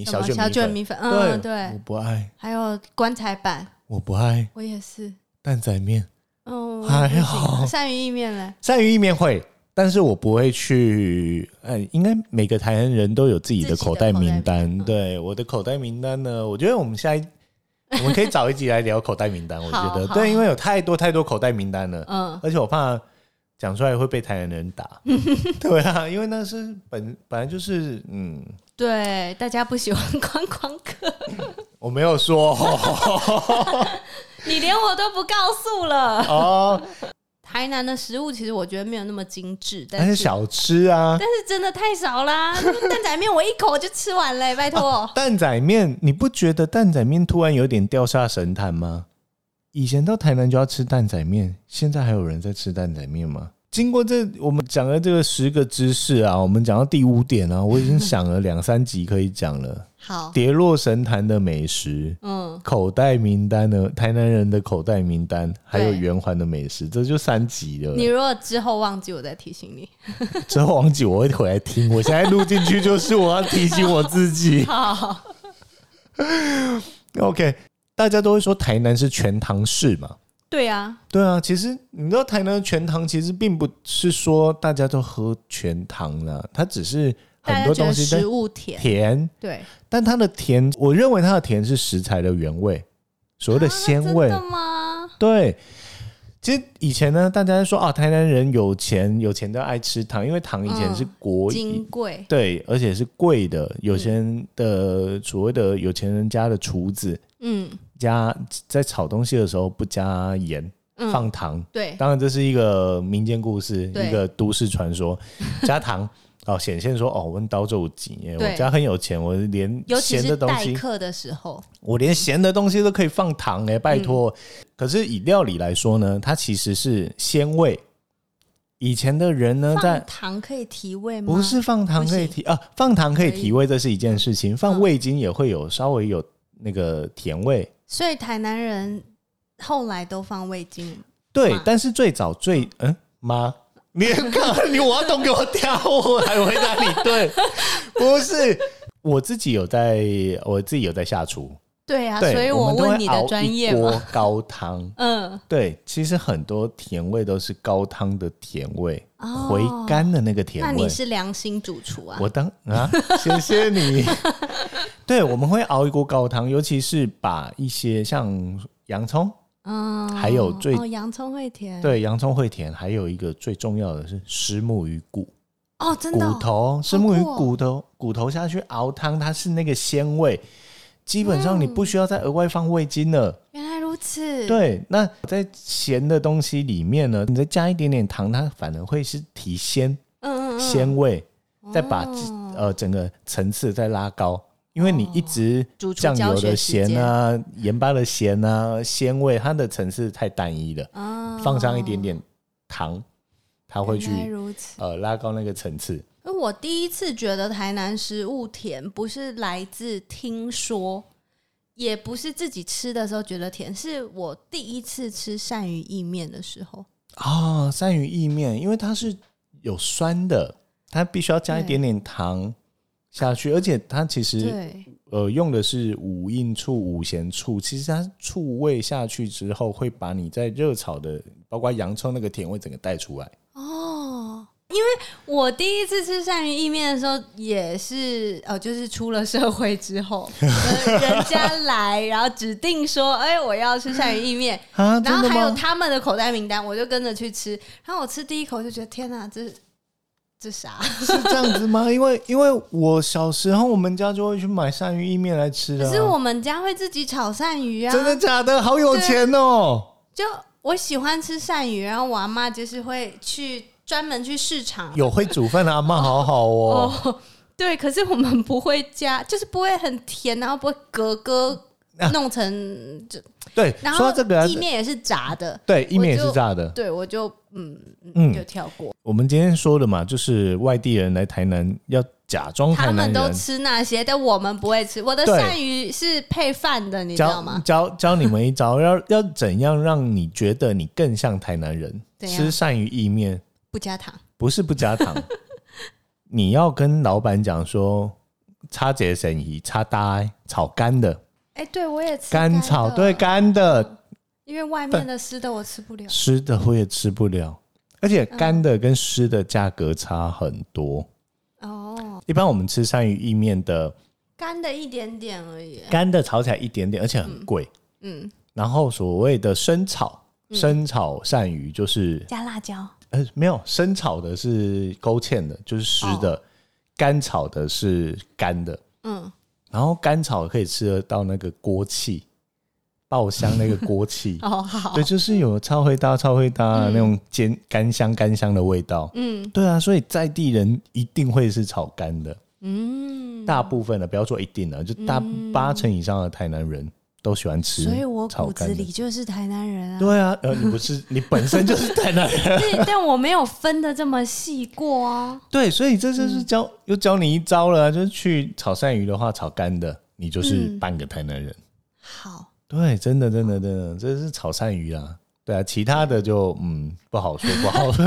[SPEAKER 2] 什
[SPEAKER 1] 小
[SPEAKER 2] 么
[SPEAKER 1] 卷
[SPEAKER 2] 小卷
[SPEAKER 1] 米
[SPEAKER 2] 米粉，
[SPEAKER 1] 粉，
[SPEAKER 2] 嗯
[SPEAKER 1] 我
[SPEAKER 2] 对，
[SPEAKER 1] 不爱，
[SPEAKER 2] 还有棺材板，
[SPEAKER 1] 我不爱
[SPEAKER 2] 我也是，
[SPEAKER 1] 蛋仔面，
[SPEAKER 2] 嗯，
[SPEAKER 1] 还
[SPEAKER 2] 我也不行
[SPEAKER 1] 好
[SPEAKER 2] 鳝鱼意面嘞，
[SPEAKER 1] 鳝鱼意面会。但是我不会去，呃，应该每个台湾人都有自己的
[SPEAKER 2] 自己的
[SPEAKER 1] 口袋
[SPEAKER 2] 口袋
[SPEAKER 1] 名单。
[SPEAKER 2] 名单嗯
[SPEAKER 1] 对我的口袋名单呢，我觉得我们下一 我们可以找一集来聊口袋名单。我觉得
[SPEAKER 2] 好好
[SPEAKER 1] 对，因为有太多太多口袋名单了。
[SPEAKER 2] 嗯，
[SPEAKER 1] 而且我怕讲出来会被台南人打。 对啊，因为那是本本来就是嗯，
[SPEAKER 2] 对，大家不喜欢观光 客，
[SPEAKER 1] 我没有 说
[SPEAKER 2] 你连我都不告诉了。
[SPEAKER 1] 哦，
[SPEAKER 2] 台南的食物其实我觉得没有那么精致，但
[SPEAKER 1] 但是
[SPEAKER 2] 是
[SPEAKER 1] 哎小吃啊，
[SPEAKER 2] 但是真的太少啦！ 那个蛋仔面我一口就吃完 了、拜托。
[SPEAKER 1] 蛋仔面，你不觉得蛋仔面突然有点掉下神坛吗？以前到台南就要吃蛋仔面，现在还有人在吃蛋仔面吗？经过这我们讲的这个十个知识啊，我们讲到第五点啊，我已经想了两三集可以讲 了，
[SPEAKER 2] 好，
[SPEAKER 1] 跌落神坛的美食。
[SPEAKER 2] 嗯，
[SPEAKER 1] 口袋名单的台南人的口袋名单，还有
[SPEAKER 2] 对
[SPEAKER 1] 圆环的美食，这就三集
[SPEAKER 2] 你
[SPEAKER 1] 了。
[SPEAKER 2] 如果之后忘记，我再提醒你。。
[SPEAKER 1] 之后忘记我会回来听，我现在录进去就是我要提醒我自己
[SPEAKER 2] 好，
[SPEAKER 1] OK，大家都会说台南是全糖市嘛。
[SPEAKER 2] 对啊，
[SPEAKER 1] 对啊，其实你知道台南的全糖其实并不是说大家都喝全糖啦，它只是很
[SPEAKER 2] 大家
[SPEAKER 1] 多
[SPEAKER 2] 觉得
[SPEAKER 1] 东西
[SPEAKER 2] 食
[SPEAKER 1] 都
[SPEAKER 2] 物甜，
[SPEAKER 1] 甜，
[SPEAKER 2] 对，
[SPEAKER 1] 但它的甜，我认为它的甜是食材的原味，所谓的
[SPEAKER 2] 啊
[SPEAKER 1] 鲜味。
[SPEAKER 2] 真的吗？
[SPEAKER 1] 对，其实以前呢，大家说啊，台南人有钱，有钱都爱吃糖，因为糖以
[SPEAKER 2] 嗯
[SPEAKER 1] 前是国、
[SPEAKER 2] 金贵，
[SPEAKER 1] 对，而且是贵的。
[SPEAKER 2] 嗯
[SPEAKER 1] 有钱人的、所谓的有钱人家的厨子
[SPEAKER 2] 嗯
[SPEAKER 1] 加在炒东西的时候不加盐，
[SPEAKER 2] 嗯，
[SPEAKER 1] 放糖。
[SPEAKER 2] 对，
[SPEAKER 1] 当然，这是一个民间故事，
[SPEAKER 2] 对
[SPEAKER 1] 一个都市传说，加糖。哦，显现说哦，我们刀就紧耶，
[SPEAKER 2] 对
[SPEAKER 1] 我家很有钱，我连
[SPEAKER 2] 尤其
[SPEAKER 1] 咸的
[SPEAKER 2] 是
[SPEAKER 1] 东
[SPEAKER 2] 待
[SPEAKER 1] 西，
[SPEAKER 2] 客的时候，
[SPEAKER 1] 我连咸的东西都可以放糖哎、
[SPEAKER 2] 嗯
[SPEAKER 1] 拜托。可是以料理来说呢，它其实是鲜味。以前的人呢，在
[SPEAKER 2] 放糖可以提味吗？
[SPEAKER 1] 不，是放糖可以提啊，放糖可以
[SPEAKER 2] 可以
[SPEAKER 1] 提味，这是一件事情。放
[SPEAKER 2] 嗯
[SPEAKER 1] 味精也会有稍微有那个甜味，
[SPEAKER 2] 所以台南人后来都放味精，
[SPEAKER 1] 对
[SPEAKER 2] 嘛。
[SPEAKER 1] 但是最早最嗯妈， 你看你我要懂给我跳，我还回答你 对，不是我自己有在，我自己有在下厨，
[SPEAKER 2] 对啊，
[SPEAKER 1] 对，
[SPEAKER 2] 所以
[SPEAKER 1] 们都
[SPEAKER 2] 问
[SPEAKER 1] 会
[SPEAKER 2] 你
[SPEAKER 1] 熬
[SPEAKER 2] 的
[SPEAKER 1] 一
[SPEAKER 2] 专业
[SPEAKER 1] 锅
[SPEAKER 2] 嘛，
[SPEAKER 1] 高汤。
[SPEAKER 2] 嗯，
[SPEAKER 1] 对，其实很多甜味都是高汤的甜味，
[SPEAKER 2] 哦
[SPEAKER 1] 回甘的那个甜
[SPEAKER 2] 那
[SPEAKER 1] 味。
[SPEAKER 2] 你是良心主厨啊？
[SPEAKER 1] 我当啊，谢谢 你。对，我们会熬一锅高汤，尤其是把一些像洋葱，
[SPEAKER 2] 嗯，
[SPEAKER 1] 还有最
[SPEAKER 2] 哦，洋葱会甜，
[SPEAKER 1] 对，洋葱会甜，还有一个最重要的是石木鱼骨
[SPEAKER 2] 哦，真
[SPEAKER 1] 骨
[SPEAKER 2] 的哦、
[SPEAKER 1] 头，石木鱼
[SPEAKER 2] 酷哦
[SPEAKER 1] 骨头骨头下去熬汤，它是那个鲜味。基本上你不需要再额外放味精了。
[SPEAKER 2] 原来如此，，
[SPEAKER 1] 对，那在咸的东西里面呢，你再加一点点糖，它反而会是提鲜。
[SPEAKER 2] 嗯嗯嗯，嗯哦
[SPEAKER 1] 鲜味。再把、呃整个层次再拉高。因为你一直
[SPEAKER 2] 主厨
[SPEAKER 1] 酱油的
[SPEAKER 2] 哦教学时
[SPEAKER 1] 咸啊、盐巴的咸啊、鲜味，它的层次太单一了。
[SPEAKER 2] 啊
[SPEAKER 1] 呃放上一点点糖，它会去
[SPEAKER 2] 原来如此。
[SPEAKER 1] 呃拉高那个层次。
[SPEAKER 2] 因为我第一次觉得台南食物甜，不是来自听说，也不是自己吃的时候觉得甜，是我第一次吃鳝鱼意面的时候。
[SPEAKER 1] 啊、鳝鱼意面，因为它是有酸的，它必须要加一
[SPEAKER 2] 对
[SPEAKER 1] 点点糖下去，而且它其实
[SPEAKER 2] 对，
[SPEAKER 1] 呃用的是五印醋、五咸醋，其实它醋味下去之后，会把你在热炒的，包括洋葱那个甜味整个带出来。
[SPEAKER 2] 哦，因为我第一次吃鳝鱼意面的时候，也是哦，就是出了社会之后， 呃人家来，然后指定说，哎、我要吃鳝鱼意面，
[SPEAKER 1] 啊，
[SPEAKER 2] 然
[SPEAKER 1] 真
[SPEAKER 2] 后
[SPEAKER 1] 的
[SPEAKER 2] 还有
[SPEAKER 1] 吗？
[SPEAKER 2] 他们的口袋名单，我就跟着去吃。然后我吃第一口就觉得，天哪，这 这啥？
[SPEAKER 1] 是这样子吗？因为因为我小时候我们家就会去买鳝鱼意面来吃的、
[SPEAKER 2] 可
[SPEAKER 1] 啊。
[SPEAKER 2] 是我们家会自己炒鳝鱼啊，
[SPEAKER 1] 真的假的？好有钱哦！
[SPEAKER 2] 就我喜欢吃鳝鱼，然后我阿妈就是会去专门去市场。
[SPEAKER 1] 有会煮饭的阿妈好好哦。
[SPEAKER 2] 哦，对，可是我们不会加，就是不会很甜，然后不会格格
[SPEAKER 1] 啊
[SPEAKER 2] 弄成就，
[SPEAKER 1] 对，
[SPEAKER 2] 然
[SPEAKER 1] 说
[SPEAKER 2] 后
[SPEAKER 1] 到这个啊，
[SPEAKER 2] 意面也是炸的，
[SPEAKER 1] 对，意面也
[SPEAKER 2] 我
[SPEAKER 1] 是
[SPEAKER 2] 就
[SPEAKER 1] 炸的。
[SPEAKER 2] 对我就嗯嗯
[SPEAKER 1] 嗯
[SPEAKER 2] 就跳过，
[SPEAKER 1] 我们今天说的嘛，就是外地人来台南要假装
[SPEAKER 2] 他
[SPEAKER 1] 台南
[SPEAKER 2] 们都
[SPEAKER 1] 人，
[SPEAKER 2] 吃那些，但我们不会吃。我的
[SPEAKER 1] 对嗯
[SPEAKER 2] 鳝鱼是配饭的，你知道
[SPEAKER 1] 教
[SPEAKER 2] 吗？
[SPEAKER 1] 教教你们一招，要 要怎样让你觉得你更像台南人？
[SPEAKER 2] 怎样
[SPEAKER 1] 吃鳝鱼意面
[SPEAKER 2] 不加糖，
[SPEAKER 1] 不是不加 糖，你要跟老板讲说，叉姐沈姨叉大欸炒干的，
[SPEAKER 2] 哎，对我也吃
[SPEAKER 1] 干
[SPEAKER 2] 的嗯
[SPEAKER 1] 炒对，干的，
[SPEAKER 2] 因为外面的湿的我吃不了。
[SPEAKER 1] 湿的我也吃不了，而且干的跟湿的价格差很多。
[SPEAKER 2] 哦，
[SPEAKER 1] 一般我们吃鳝鱼意面的
[SPEAKER 2] 干的一点点而已。
[SPEAKER 1] 干的炒起来一点点，而且很贵。
[SPEAKER 2] 嗯，
[SPEAKER 1] 然后所谓的生炒，生炒鳝鱼就是
[SPEAKER 2] 加辣椒。
[SPEAKER 1] 呃没有生炒的是勾芡的，就是湿的；
[SPEAKER 2] 哦
[SPEAKER 1] 干炒的是干的。
[SPEAKER 2] 嗯，。
[SPEAKER 1] 然后干炒可以吃得到那个锅气，爆香那个锅气
[SPEAKER 2] 哦，好。
[SPEAKER 1] 对，就是有超会搭、超会搭、那种煎干香、干香的味道。
[SPEAKER 2] 嗯
[SPEAKER 1] 对啊，所以在地人一定会是炒干的。
[SPEAKER 2] 嗯，
[SPEAKER 1] 大部分的，不要说一定了，就大八成以上的台南人都喜欢吃。
[SPEAKER 2] 所以我
[SPEAKER 1] 炒
[SPEAKER 2] 骨
[SPEAKER 1] 干
[SPEAKER 2] 子
[SPEAKER 1] 的
[SPEAKER 2] 里就是台南人 啊，
[SPEAKER 1] 对啊，呃，你不是 你本身就是台南人，
[SPEAKER 2] 但但我没有分的这么细过啊。
[SPEAKER 1] 对，所以这
[SPEAKER 2] 嗯
[SPEAKER 1] 就是教、又教你一招了啊、就是去炒鳝鱼的话，炒干的，你就是
[SPEAKER 2] 嗯
[SPEAKER 1] 半个台南人。
[SPEAKER 2] 好，
[SPEAKER 1] 对，真的，真的，真的，这是炒鳝鱼啊。对啊，其他的就嗯不好说，不好 说。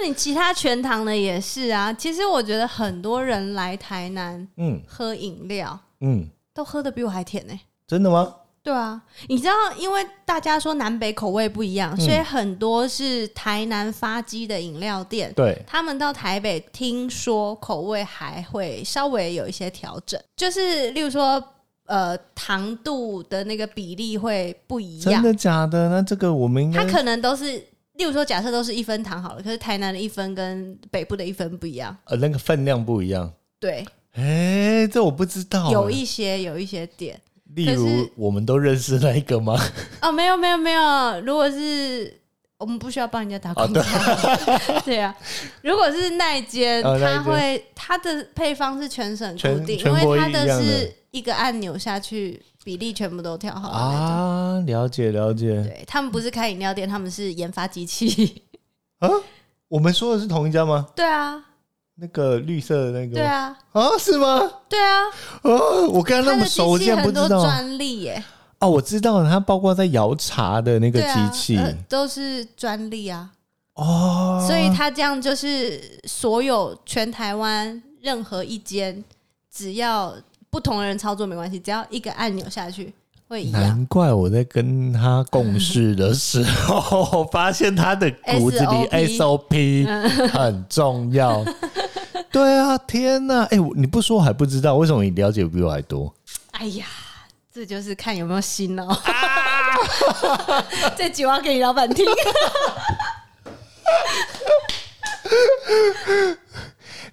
[SPEAKER 2] 那你其他全糖的也是啊。其实我觉得很多人来台南
[SPEAKER 1] 嗯
[SPEAKER 2] 喝饮料，
[SPEAKER 1] 嗯，
[SPEAKER 2] 都喝的比我还甜呢、
[SPEAKER 1] 真的吗？
[SPEAKER 2] 对啊，嗯你知道，因为大家说南北口味不一样，所以很多是台南发鸡的饮料店，
[SPEAKER 1] 对，
[SPEAKER 2] 他们到台北，听说口味还会稍微有一些调整，就是例如说，呃，糖度的那个比例会不一
[SPEAKER 1] 真
[SPEAKER 2] 样。
[SPEAKER 1] 的假的？那这个我们应
[SPEAKER 2] 它
[SPEAKER 1] 该
[SPEAKER 2] 可能都是，例如说，假设都是一分糖好了，可是台南的一分跟北部的一分不一样。
[SPEAKER 1] 呃那个分量不一样。
[SPEAKER 2] 对，
[SPEAKER 1] 哎、这我不知道。
[SPEAKER 2] 有一些有一些点
[SPEAKER 1] 例
[SPEAKER 2] 可
[SPEAKER 1] 如
[SPEAKER 2] 是
[SPEAKER 1] 我们都认识那一个 吗？
[SPEAKER 2] 哦，没有没有没有，如果是。我们不需要帮人家打广告， 对啊。如果是那一间，
[SPEAKER 1] 哦那一
[SPEAKER 2] 它
[SPEAKER 1] 间
[SPEAKER 2] 会它的配方是全省固
[SPEAKER 1] 全
[SPEAKER 2] 定，因
[SPEAKER 1] 全国
[SPEAKER 2] 为它
[SPEAKER 1] 一样的
[SPEAKER 2] 是一个按钮下去，比例全部都调好了那种。
[SPEAKER 1] 啊，了解了解。
[SPEAKER 2] 对他们不是开饮料店，他们是研发机器。
[SPEAKER 1] 啊，我们说的是同一家吗？
[SPEAKER 2] 对啊，
[SPEAKER 1] 那个绿色的那个
[SPEAKER 2] 对
[SPEAKER 1] 吗？
[SPEAKER 2] 啊，
[SPEAKER 1] 啊，是吗？
[SPEAKER 2] 对啊，
[SPEAKER 1] 啊，我跟他
[SPEAKER 2] 它
[SPEAKER 1] 那么
[SPEAKER 2] 的
[SPEAKER 1] 熟，我
[SPEAKER 2] 机
[SPEAKER 1] 竟
[SPEAKER 2] 器
[SPEAKER 1] 然不
[SPEAKER 2] 很多
[SPEAKER 1] 知道。
[SPEAKER 2] 专利耶、
[SPEAKER 1] 哦，我知道了，它包括在摇茶的那个
[SPEAKER 2] 对啊
[SPEAKER 1] 机器、
[SPEAKER 2] 呃都是专利啊，
[SPEAKER 1] 哦，
[SPEAKER 2] 所以他这样就是所有全台湾任何一间，只要不同的人操作没关系，只要一个按钮下去会一样。
[SPEAKER 1] 难怪我在跟他共事的时候，发现他的骨子 里
[SPEAKER 2] SOP
[SPEAKER 1] SOP
[SPEAKER 2] 嗯
[SPEAKER 1] 很重 要。对啊，天哪！哎、我你不说我还不知道，为什么你了解比我还多？
[SPEAKER 2] 哎呀，这就是看有没有心哦、 这集我要给你老板听。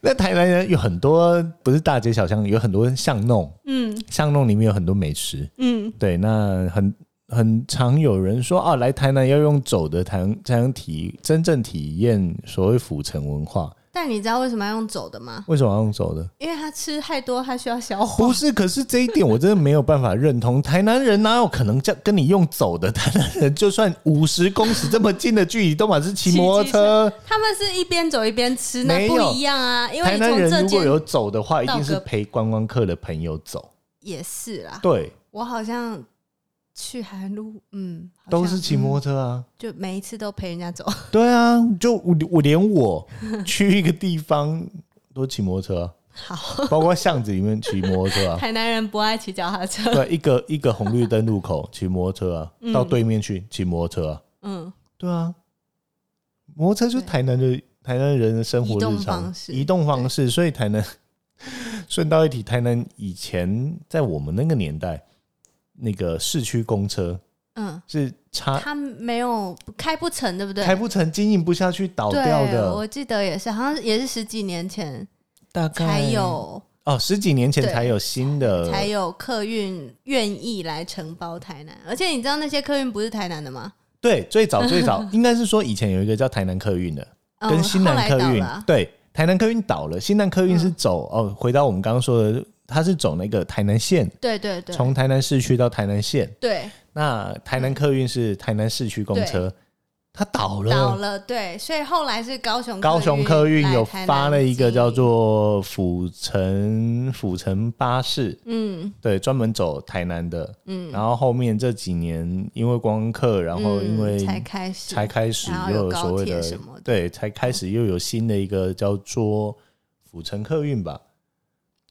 [SPEAKER 1] 那台南人有很多，不是大街小巷，有很多巷弄，
[SPEAKER 2] 嗯
[SPEAKER 1] 巷弄里面有很多美食。
[SPEAKER 2] 嗯，
[SPEAKER 1] 对，那很很常有人说啊，来台南要用走的才能才能体真正体验所谓府城文化。
[SPEAKER 2] 但你知道为什么要用走的吗？
[SPEAKER 1] 为什么要用走的？
[SPEAKER 2] 因为他吃太多，他需要消化
[SPEAKER 1] 不。是，可是这一点我真的没有办法认同。台南人哪有可能这样跟你用走的？台南人就算五十公尺这么近的距离，都满是骑摩托车。
[SPEAKER 2] 他们是一边走一边吃，那
[SPEAKER 1] 没
[SPEAKER 2] 不
[SPEAKER 1] 有
[SPEAKER 2] 一样啊。因为
[SPEAKER 1] 台
[SPEAKER 2] 你
[SPEAKER 1] 南
[SPEAKER 2] 从这
[SPEAKER 1] 人如果有
[SPEAKER 2] 间
[SPEAKER 1] 走的话，一定是
[SPEAKER 2] 到隔啊
[SPEAKER 1] 陪观光客的朋友走。
[SPEAKER 2] 也是啦，
[SPEAKER 1] 对，
[SPEAKER 2] 我好像去韩路，嗯，好像嗯
[SPEAKER 1] 都是骑摩托车啊。
[SPEAKER 2] 就每一次都陪人家走。
[SPEAKER 1] 对啊，就我我连我去一个地方都骑摩托车啊、
[SPEAKER 2] 好，
[SPEAKER 1] 包括巷子里面骑摩托车 啊。
[SPEAKER 2] 台南人不爱骑脚踏车，
[SPEAKER 1] 对，啊一个一个红绿灯路口骑摩托车啊，到对面去骑摩托车啊。
[SPEAKER 2] 嗯，
[SPEAKER 1] 对啊，摩托车就是
[SPEAKER 2] 对
[SPEAKER 1] 台南的台南人的生活
[SPEAKER 2] 移动
[SPEAKER 1] 日常
[SPEAKER 2] 方式
[SPEAKER 1] 移动方式，所以台南 顺道一提，台南以前在我们那个年代，那个市区公车
[SPEAKER 2] 嗯，
[SPEAKER 1] 是插
[SPEAKER 2] 他没有开不成，对不对？
[SPEAKER 1] 啊开不成、经营不下去、倒
[SPEAKER 2] 对，
[SPEAKER 1] 掉的，
[SPEAKER 2] 我记得也是，好像也是十几年前
[SPEAKER 1] 大概
[SPEAKER 2] 才有、
[SPEAKER 1] 哦，十几年前
[SPEAKER 2] 对
[SPEAKER 1] 才有新的，
[SPEAKER 2] 才有客运愿意来承包台南，而且你知道那些客运不是台南的吗？
[SPEAKER 1] 对，最早最 早应该是说以前有一个叫台南客运的，
[SPEAKER 2] 嗯
[SPEAKER 1] 跟新南客
[SPEAKER 2] 后来
[SPEAKER 1] 运
[SPEAKER 2] 倒了啊
[SPEAKER 1] 对，台南客运倒了，新南客运是
[SPEAKER 2] 嗯
[SPEAKER 1] 走、哦，回到我们刚刚说的，它是走那个台南线。
[SPEAKER 2] 对对对，
[SPEAKER 1] 从台南市区到台南县，
[SPEAKER 2] 对
[SPEAKER 1] 那台南客运是台南市区公车，它倒了。
[SPEAKER 2] 倒了，对，所以后来是高雄
[SPEAKER 1] 高雄客运
[SPEAKER 2] 来
[SPEAKER 1] 有
[SPEAKER 2] 台南
[SPEAKER 1] 发了一个叫
[SPEAKER 2] 经营
[SPEAKER 1] 做府城府城巴士，
[SPEAKER 2] 嗯
[SPEAKER 1] 对，专门走台南的。
[SPEAKER 2] 嗯，
[SPEAKER 1] 然后后面这几年因为观光客，然后因为
[SPEAKER 2] 嗯才开始
[SPEAKER 1] 才开始
[SPEAKER 2] 然后
[SPEAKER 1] 又
[SPEAKER 2] 有
[SPEAKER 1] 所
[SPEAKER 2] 高
[SPEAKER 1] 谓
[SPEAKER 2] 铁
[SPEAKER 1] 的
[SPEAKER 2] 什么的，
[SPEAKER 1] 对，才开始又有新的一个叫做府城客运吧，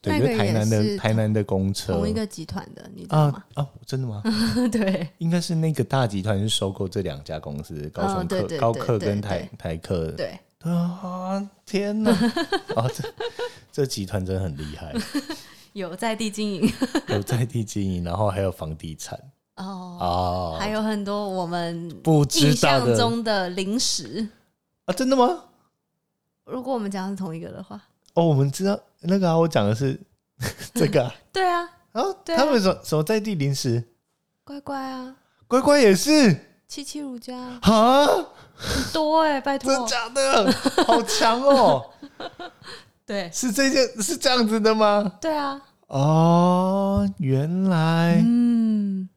[SPEAKER 1] 对，
[SPEAKER 2] 那
[SPEAKER 1] 就
[SPEAKER 2] 个
[SPEAKER 1] 是台南
[SPEAKER 2] 也
[SPEAKER 1] 的
[SPEAKER 2] 是
[SPEAKER 1] 台南的公车
[SPEAKER 2] 同一个集团的，你知道吗
[SPEAKER 1] 啊？啊，真的吗？
[SPEAKER 2] 对，
[SPEAKER 1] 应该是那个大集团是收购这两家公司，高雄
[SPEAKER 2] 哦对
[SPEAKER 1] 客、
[SPEAKER 2] 对
[SPEAKER 1] 高
[SPEAKER 2] 对
[SPEAKER 1] 客
[SPEAKER 2] 对
[SPEAKER 1] 跟
[SPEAKER 2] 对
[SPEAKER 1] 台台客。
[SPEAKER 2] 对，
[SPEAKER 1] 对啊，天哪！ 啊，这这集团真的很厉害，
[SPEAKER 2] 有在地经营
[SPEAKER 1] 有在地经营，然后还有房地产
[SPEAKER 2] 哦，
[SPEAKER 1] 哦，
[SPEAKER 2] 还有很多我们
[SPEAKER 1] 不
[SPEAKER 2] 印
[SPEAKER 1] 知道
[SPEAKER 2] 象
[SPEAKER 1] 的
[SPEAKER 2] 中的零食。
[SPEAKER 1] 啊，真的吗？
[SPEAKER 2] 如果我们讲的是同一个的话，
[SPEAKER 1] 哦，我们知道那个啊，我讲的是 这个啊，
[SPEAKER 2] 对啊，
[SPEAKER 1] 然后
[SPEAKER 2] 对啊
[SPEAKER 1] 他们什什么在地零食，
[SPEAKER 2] 乖乖啊，
[SPEAKER 1] 乖乖也是
[SPEAKER 2] 七七乳 加啊
[SPEAKER 1] 啊，
[SPEAKER 2] 很多哎、拜托，
[SPEAKER 1] 真假的，
[SPEAKER 2] 啊
[SPEAKER 1] 好强哦！
[SPEAKER 2] 对
[SPEAKER 1] 是这件是这样子的吗？
[SPEAKER 2] 对啊，
[SPEAKER 1] 哦，原来。
[SPEAKER 2] 嗯，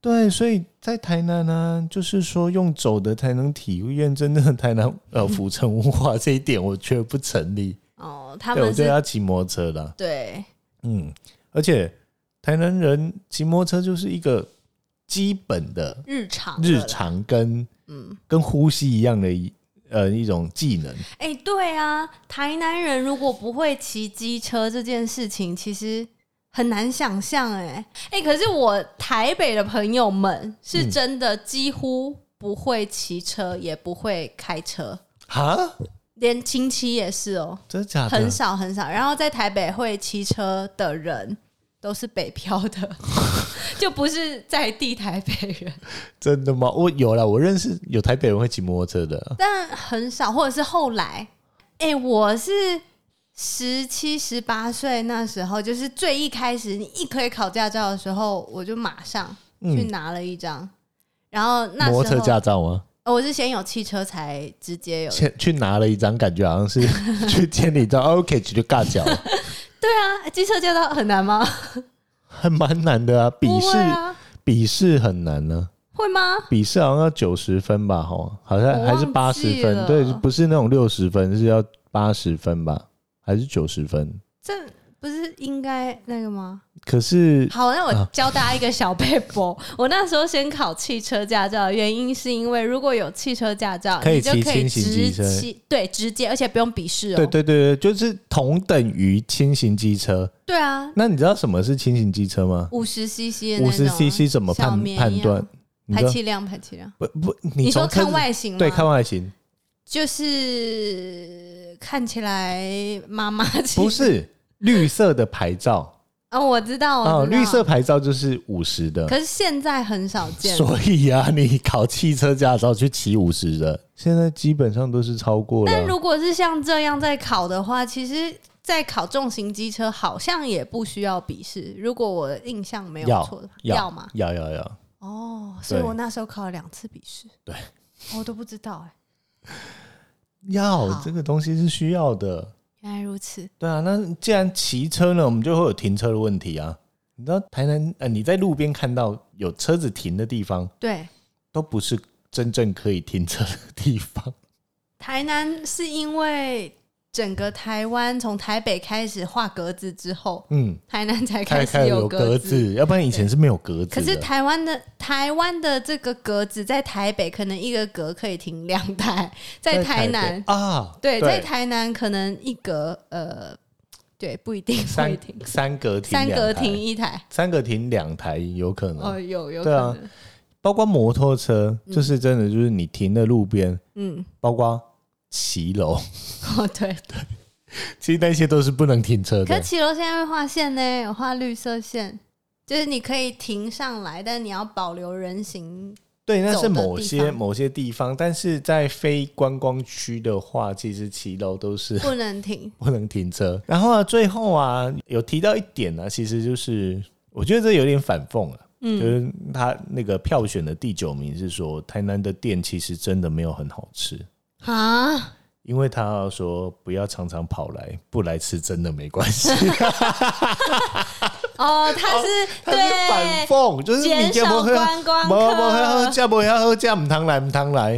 [SPEAKER 1] 对，所以在台南呢、就是说用走的才能体验真正的台南呃府城文化这一点，我觉得不成立。
[SPEAKER 2] 哦， 他
[SPEAKER 1] 对，我
[SPEAKER 2] 们
[SPEAKER 1] 觉得
[SPEAKER 2] 是
[SPEAKER 1] 要骑摩托车啦，
[SPEAKER 2] 对
[SPEAKER 1] 嗯，而且台南人骑摩托车就是一个基本的
[SPEAKER 2] 日常的
[SPEAKER 1] 日
[SPEAKER 2] 啦，
[SPEAKER 1] 常跟
[SPEAKER 2] 嗯，
[SPEAKER 1] 跟呼吸一样的一呃一种技能。
[SPEAKER 2] 哎、对啊，台南人如果不会骑机车这件事情，其实很难想象哎、哎、可是我台北的朋友们是
[SPEAKER 1] 嗯
[SPEAKER 2] 真的几乎不会骑车，也不会开车，
[SPEAKER 1] 哈，
[SPEAKER 2] 连亲戚也是哦、
[SPEAKER 1] 真的假的
[SPEAKER 2] 很？少很少。然后在台北会骑车的人。都是北漂的， 就不是在地台北人，
[SPEAKER 1] 真的吗？我有了，我认识有台北人会骑摩托车的。
[SPEAKER 2] 但很少，或者是后来，哎、我是十七、十八岁那时候，就是最一开始你一可以考驾照的时候，我就马上去
[SPEAKER 1] 嗯，
[SPEAKER 2] 拿了一张。然后那
[SPEAKER 1] 摩托
[SPEAKER 2] 时
[SPEAKER 1] 车
[SPEAKER 2] 候、
[SPEAKER 1] 驾照吗？
[SPEAKER 2] 哦我是先有汽车，才直接有。
[SPEAKER 1] 去去拿了一张，感觉好 像是去监理站，OK 就尬 脚，
[SPEAKER 2] 对啊，机车驾照很难吗？
[SPEAKER 1] 还蛮难的啊。笔
[SPEAKER 2] 不
[SPEAKER 1] 试、
[SPEAKER 2] 会啊，
[SPEAKER 1] 笔试很难呢、
[SPEAKER 2] 会吗？
[SPEAKER 1] 笔试好像要九十分吧，吼，好像
[SPEAKER 2] 我
[SPEAKER 1] 还是八
[SPEAKER 2] 忘
[SPEAKER 1] 十
[SPEAKER 2] 记
[SPEAKER 1] 分，
[SPEAKER 2] 了
[SPEAKER 1] 对，不是那种六十分，是要八十分吧，还是九十分？
[SPEAKER 2] 这不是应该那个吗？
[SPEAKER 1] 可是
[SPEAKER 2] 好，那我
[SPEAKER 1] 啊
[SPEAKER 2] 教大家一个小配博。 我那时候先考汽车驾照，的原因是因为如果有汽车驾照，
[SPEAKER 1] 可以
[SPEAKER 2] 你就
[SPEAKER 1] 骑
[SPEAKER 2] 可以
[SPEAKER 1] 轻型
[SPEAKER 2] 直
[SPEAKER 1] 机车
[SPEAKER 2] 骑，对，直接，而且不用笔试哦。
[SPEAKER 1] 对对对对，就是同等于轻型机车。
[SPEAKER 2] 对啊，
[SPEAKER 1] 那你知道什么是轻型机车吗？
[SPEAKER 2] 五十 CC 的
[SPEAKER 1] 五
[SPEAKER 2] 那种
[SPEAKER 1] 十
[SPEAKER 2] 啊
[SPEAKER 1] CC 怎么
[SPEAKER 2] 小
[SPEAKER 1] 判
[SPEAKER 2] 绵羊
[SPEAKER 1] 判断？你知
[SPEAKER 2] 排
[SPEAKER 1] 道
[SPEAKER 2] 气量，排气量。
[SPEAKER 1] 不不，
[SPEAKER 2] 你
[SPEAKER 1] 从车
[SPEAKER 2] 说看
[SPEAKER 1] 子
[SPEAKER 2] 外形吗？
[SPEAKER 1] 对看外 形，
[SPEAKER 2] 就是看起来妈妈气
[SPEAKER 1] 不是绿色的牌照。
[SPEAKER 2] 哦，我知道，
[SPEAKER 1] 哦，
[SPEAKER 2] 我知道
[SPEAKER 1] 绿色。牌照就是五十的，
[SPEAKER 2] 可是现在很少见，
[SPEAKER 1] 所以啊，你考汽车驾照去骑五十的，现在基本上都是超过了
[SPEAKER 2] 但。如果是像这样在考的话，其实，在考重型机车好像也不需要笔试。如果我的印象没有
[SPEAKER 1] 要
[SPEAKER 2] 错的话，
[SPEAKER 1] 要
[SPEAKER 2] 要嘛？
[SPEAKER 1] 要要要，
[SPEAKER 2] 哦，所以
[SPEAKER 1] 对
[SPEAKER 2] 我那时候考了两次笔试，
[SPEAKER 1] 对
[SPEAKER 2] 欸哦，我都不知道哎、
[SPEAKER 1] 要
[SPEAKER 2] 好
[SPEAKER 1] 这个东西是需要的。
[SPEAKER 2] 原来如此，
[SPEAKER 1] 对啊，那既然骑车呢，我们就会有停车的问题啊。你知道台南呃，你在路边看到有车子停的地方，
[SPEAKER 2] 对。
[SPEAKER 1] 都不是真正可以停车的地方。
[SPEAKER 2] 台南是因为整个台湾从台北开始画格子之后，
[SPEAKER 1] 嗯，
[SPEAKER 2] 台南才
[SPEAKER 1] 开
[SPEAKER 2] 哎开
[SPEAKER 1] 开
[SPEAKER 2] 始
[SPEAKER 1] 有
[SPEAKER 2] 格
[SPEAKER 1] 格子，要不然以前是没有格子的。
[SPEAKER 2] 可是台湾的台湾的这个格子在台北可能一个格可以停两台，在台南
[SPEAKER 1] 北啊，
[SPEAKER 2] 对，在台南可能一格呃，对，不一定不一
[SPEAKER 1] 三
[SPEAKER 2] 定，
[SPEAKER 1] 三格停
[SPEAKER 2] 三格
[SPEAKER 1] 两台
[SPEAKER 2] 停一台
[SPEAKER 1] 三格停两台有可能，
[SPEAKER 2] 哦，嗯有有可
[SPEAKER 1] 对啊
[SPEAKER 2] 能，
[SPEAKER 1] 包括摩托车，就是真的就是你停在路边，
[SPEAKER 2] 嗯，
[SPEAKER 1] 包括骑楼，
[SPEAKER 2] 哦对。
[SPEAKER 1] 其实那些都是不能停车
[SPEAKER 2] 可
[SPEAKER 1] 的。
[SPEAKER 2] 骑楼现在会画线呢，有画绿色线，就是你可以停上来，但你要保留人行
[SPEAKER 1] 对，那是
[SPEAKER 2] 走的
[SPEAKER 1] 某
[SPEAKER 2] 地
[SPEAKER 1] 些
[SPEAKER 2] 方
[SPEAKER 1] 某些地方，但是在非观光区的话，其实骑楼都是
[SPEAKER 2] 不
[SPEAKER 1] 。
[SPEAKER 2] 能停
[SPEAKER 1] 不能停车。然后啊，最后啊，有提到一点呢、其实就是我觉得这有点反讽啊。就是他那个票选的第九名是说，台南的店其实真的没有很好吃，
[SPEAKER 2] 啊，
[SPEAKER 1] 因为他说不要常常跑来，不来吃真的没关系。
[SPEAKER 2] 哦，他是
[SPEAKER 1] 他是反
[SPEAKER 2] 对
[SPEAKER 1] 讽，就是你
[SPEAKER 2] 减
[SPEAKER 1] 家不
[SPEAKER 2] 少
[SPEAKER 1] 喝，
[SPEAKER 2] 观光
[SPEAKER 1] 不不喝喝
[SPEAKER 2] 客，
[SPEAKER 1] 家不要喝家，唔通来唔通来，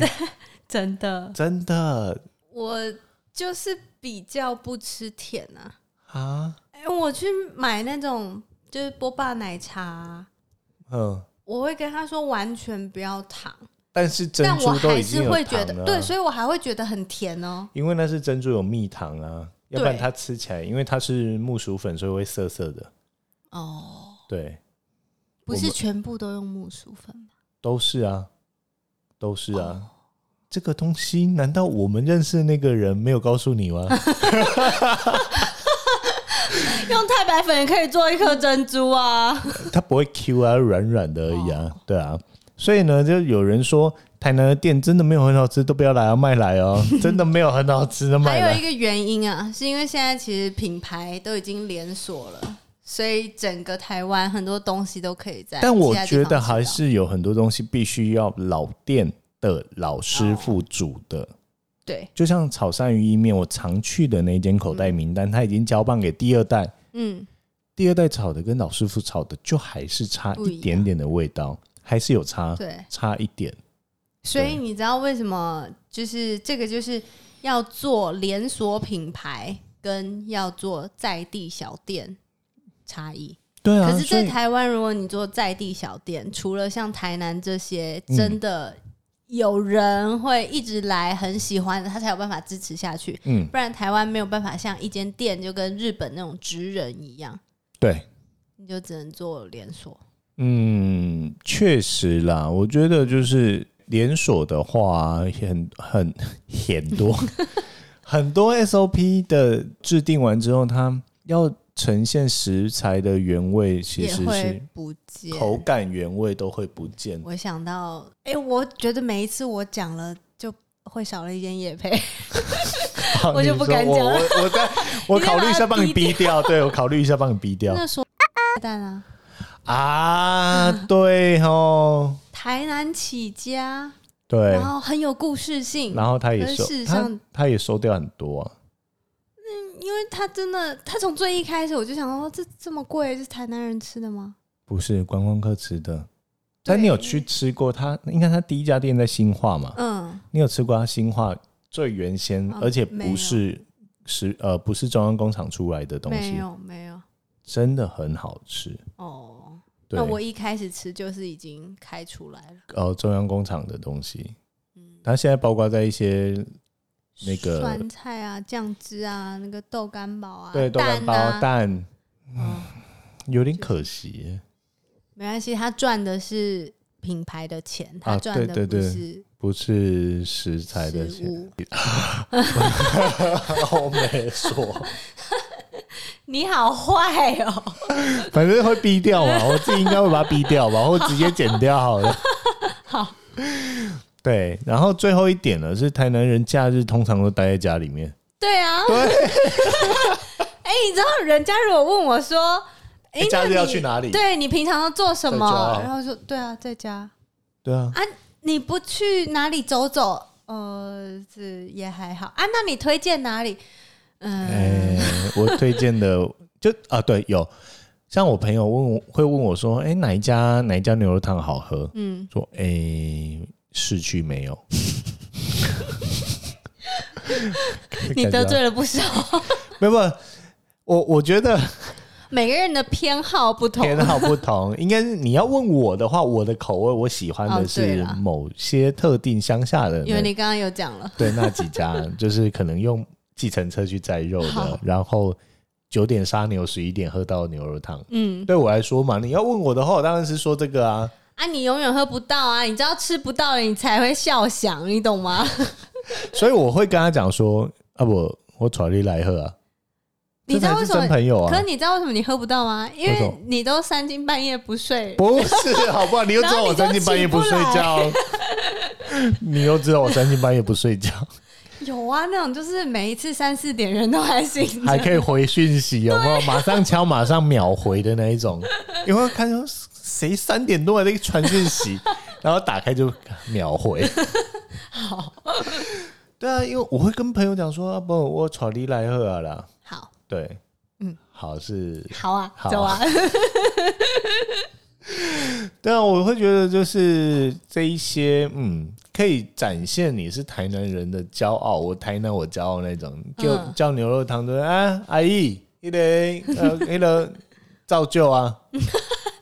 [SPEAKER 2] 真的，
[SPEAKER 1] 真的
[SPEAKER 2] 我就是比较不吃甜啊。
[SPEAKER 1] 啊，
[SPEAKER 2] 哎、我去买那种就是波霸奶茶啊，
[SPEAKER 1] 嗯。
[SPEAKER 2] 我会跟他说完全不要糖，
[SPEAKER 1] 但是珍
[SPEAKER 2] 但我
[SPEAKER 1] 珠都
[SPEAKER 2] 还
[SPEAKER 1] 已经
[SPEAKER 2] 是
[SPEAKER 1] 有
[SPEAKER 2] 会
[SPEAKER 1] 糖
[SPEAKER 2] 觉
[SPEAKER 1] 了
[SPEAKER 2] 得
[SPEAKER 1] 啊，
[SPEAKER 2] 对，所以我还会觉得很甜哦。
[SPEAKER 1] 因为那是珍珠有蜜糖啊，要不然
[SPEAKER 2] 对
[SPEAKER 1] 它吃起来，因为它是木薯粉，所以会涩涩的。
[SPEAKER 2] 哦，
[SPEAKER 1] 对，
[SPEAKER 2] 不
[SPEAKER 1] 我
[SPEAKER 2] 是
[SPEAKER 1] 们
[SPEAKER 2] 全部都用木薯粉吧？
[SPEAKER 1] 都是啊，都是啊。
[SPEAKER 2] 哦
[SPEAKER 1] 这个东西，难道我们认识的那个人没有告诉你 吗？
[SPEAKER 2] 用太白粉也可以做一颗珍珠啊！
[SPEAKER 1] 它不会 Q 啊，软软的而已啊，
[SPEAKER 2] 哦
[SPEAKER 1] 对啊。所以呢，就有人说台南的店真的没有很好吃，都不要来啊，卖来 哦，真的没有很好吃的
[SPEAKER 2] 还
[SPEAKER 1] 卖
[SPEAKER 2] 有一
[SPEAKER 1] 来。
[SPEAKER 2] 个原因啊，是因为现在其实品牌都已经连锁了，所以整个台湾很多东西都可以在。
[SPEAKER 1] 但我觉得还是有很多东西必须要老店的老师傅煮
[SPEAKER 2] 哦
[SPEAKER 1] 的，
[SPEAKER 2] 对，
[SPEAKER 1] 就像炒鳝鱼意面，我常去的那间口袋名单，他已经交棒给第二代，
[SPEAKER 2] 嗯，
[SPEAKER 1] 第二代炒的跟老师傅炒的就还是差
[SPEAKER 2] 不一
[SPEAKER 1] 一
[SPEAKER 2] 样
[SPEAKER 1] 点点的味道，还是有差，
[SPEAKER 2] 嗯对。
[SPEAKER 1] 差一点。
[SPEAKER 2] 所
[SPEAKER 1] 对
[SPEAKER 2] 以你知道为什么？就是这个就是要做连锁品牌，跟要做在地小店差异。
[SPEAKER 1] 对啊，
[SPEAKER 2] 可是，
[SPEAKER 1] 所
[SPEAKER 2] 在
[SPEAKER 1] 以
[SPEAKER 2] 台湾，如果你做在地小店，除了像台南这些，
[SPEAKER 1] 嗯
[SPEAKER 2] 真的有人会一直来，很喜欢，他才有办法支持下去。
[SPEAKER 1] 嗯，
[SPEAKER 2] 不然台湾没有办法像一间店就跟日本那种职人一样，
[SPEAKER 1] 对，
[SPEAKER 2] 你就只能做连锁。
[SPEAKER 1] 嗯，确实啦，我觉得就是连锁的话，很很很 多很多 SOP 的制定完之后，它要呈现食材的原味，其
[SPEAKER 2] 也
[SPEAKER 1] 实
[SPEAKER 2] 会
[SPEAKER 1] 是
[SPEAKER 2] 不见
[SPEAKER 1] 口感原味都会不见。
[SPEAKER 2] 我想到，哎、我觉得每一次我讲了，就会少了一间夜配。
[SPEAKER 1] 好
[SPEAKER 2] 我就
[SPEAKER 1] 你
[SPEAKER 2] 不
[SPEAKER 1] 说
[SPEAKER 2] 敢
[SPEAKER 1] 我
[SPEAKER 2] 讲
[SPEAKER 1] 我 我在我考虑一下，帮你逼掉。对，我考虑一下，帮你逼掉
[SPEAKER 2] 那说蛋啊，
[SPEAKER 1] 啊。对哦，
[SPEAKER 2] 台南起家，
[SPEAKER 1] 对
[SPEAKER 2] 然，后很有故事性，
[SPEAKER 1] 然后他也
[SPEAKER 2] 可是
[SPEAKER 1] 收
[SPEAKER 2] 事实
[SPEAKER 1] 他
[SPEAKER 2] 上
[SPEAKER 1] 他也收掉很多啊。
[SPEAKER 2] 因为他真的，他从最一开始我就想说，这这么贵，这是台南人吃的吗？
[SPEAKER 1] 不是观光客吃的，但你有去吃过它？应该它第一家店在新化嘛？
[SPEAKER 2] 嗯，
[SPEAKER 1] 你有吃过它新化最原先，
[SPEAKER 2] 哦
[SPEAKER 1] 而且
[SPEAKER 2] 没
[SPEAKER 1] 不
[SPEAKER 2] 有
[SPEAKER 1] 是是呃不是中央工厂出来的东
[SPEAKER 2] 没
[SPEAKER 1] 西，
[SPEAKER 2] 有没有
[SPEAKER 1] 真的很好吃。
[SPEAKER 2] 哦。
[SPEAKER 1] 对
[SPEAKER 2] 那，我一开始吃就是已经开出来了，
[SPEAKER 1] 呃，中央工厂的东西，
[SPEAKER 2] 嗯，
[SPEAKER 1] 它现在包括在一些那个
[SPEAKER 2] 酸菜啊、酱汁啊、那个豆干堡啊、
[SPEAKER 1] 对豆干包
[SPEAKER 2] 蛋啊，
[SPEAKER 1] 蛋，
[SPEAKER 2] 哦
[SPEAKER 1] 有点可惜耶，
[SPEAKER 2] 没关系，他赚的是品牌的钱，
[SPEAKER 1] 啊
[SPEAKER 2] 他赚的
[SPEAKER 1] 对对
[SPEAKER 2] 不
[SPEAKER 1] 对
[SPEAKER 2] 是
[SPEAKER 1] 不是食材的
[SPEAKER 2] 食
[SPEAKER 1] 钱。
[SPEAKER 2] 物。
[SPEAKER 1] 我没说，
[SPEAKER 2] 你好坏哦！
[SPEAKER 1] 反正会逼掉 嘛，我自己应该会把它逼掉吧，或直接剪掉好了。
[SPEAKER 2] 好，
[SPEAKER 1] 对，然后最后一点呢，是台南人假日通常都待在家里面。
[SPEAKER 2] 对啊， 哎、你知道人家如果问我说，哎、
[SPEAKER 1] 诶假
[SPEAKER 2] 那
[SPEAKER 1] 日要
[SPEAKER 2] 你
[SPEAKER 1] 去哪里
[SPEAKER 2] 对你平常都做什
[SPEAKER 1] 在家
[SPEAKER 2] 么
[SPEAKER 1] 啊？
[SPEAKER 2] 然后说对啊，在家。
[SPEAKER 1] 对啊，
[SPEAKER 2] 你不去哪里走走？呃，这也还好啊。那你推荐哪里？嗯、
[SPEAKER 1] 哎、我推荐的就啊，对，有像我朋友问我会问我说，哎、哪一家哪一家牛肉汤好喝？
[SPEAKER 2] 嗯，
[SPEAKER 1] 说，哎、市区没 有。感
[SPEAKER 2] 你
[SPEAKER 1] 觉到
[SPEAKER 2] 得罪了不少。
[SPEAKER 1] 啊没有？没有我我觉得
[SPEAKER 2] 每个人的偏好不同，
[SPEAKER 1] 偏好不同， 应该是你要问我的话，我的口味我喜欢
[SPEAKER 2] 哦
[SPEAKER 1] 的
[SPEAKER 2] 对
[SPEAKER 1] 是
[SPEAKER 2] 啦
[SPEAKER 1] 某些特定乡下的
[SPEAKER 2] 因为
[SPEAKER 1] 那
[SPEAKER 2] 你刚刚有讲了，
[SPEAKER 1] 对那几家，就是可能用计程车去载肉
[SPEAKER 2] 好
[SPEAKER 1] 的，然后九点杀牛，十一点喝到牛肉汤。
[SPEAKER 2] 嗯，
[SPEAKER 1] 对我来说嘛，你要问我的话，我当然是说这个啊。
[SPEAKER 2] 啊，你永远喝不到啊，你知道吃不到了，你才会笑想，你懂吗？
[SPEAKER 1] 所以我会跟他讲说，啊不，我找你来喝啊，
[SPEAKER 2] 你知
[SPEAKER 1] 这
[SPEAKER 2] 道
[SPEAKER 1] 才
[SPEAKER 2] 为
[SPEAKER 1] 是
[SPEAKER 2] 什么
[SPEAKER 1] 真？朋友
[SPEAKER 2] 可是
[SPEAKER 1] 啊？
[SPEAKER 2] 你知道为什么你喝不到吗？因
[SPEAKER 1] 为什
[SPEAKER 2] 为
[SPEAKER 1] 么
[SPEAKER 2] 你都三更半夜不睡，
[SPEAKER 1] 不是，好不好？你又知道我三更半夜不睡觉， 你又知道我三更半夜不睡觉，
[SPEAKER 2] 有啊，那种就是每一次三四点人都还醒
[SPEAKER 1] 还
[SPEAKER 2] 着，
[SPEAKER 1] 可以回讯息，有没有？马上敲，马上秒回的那一 种。有没有看到谁三点多还在传讯 息，然后打开就秒 回？
[SPEAKER 2] 好
[SPEAKER 1] 对啊，因为我会跟朋友讲说，啊不，我找你来喝啊啦。
[SPEAKER 2] 好
[SPEAKER 1] 对，
[SPEAKER 2] 嗯
[SPEAKER 1] 嗯，好是
[SPEAKER 2] 好啊，
[SPEAKER 1] 好
[SPEAKER 2] 走啊，
[SPEAKER 1] 对啊，我会觉得就是这一些，嗯，可以展现你是台南人的骄傲，我台南我骄傲那种，就
[SPEAKER 2] 嗯
[SPEAKER 1] 叫牛肉汤的啊，阿姨，一嘞，呃，一个照旧 啊，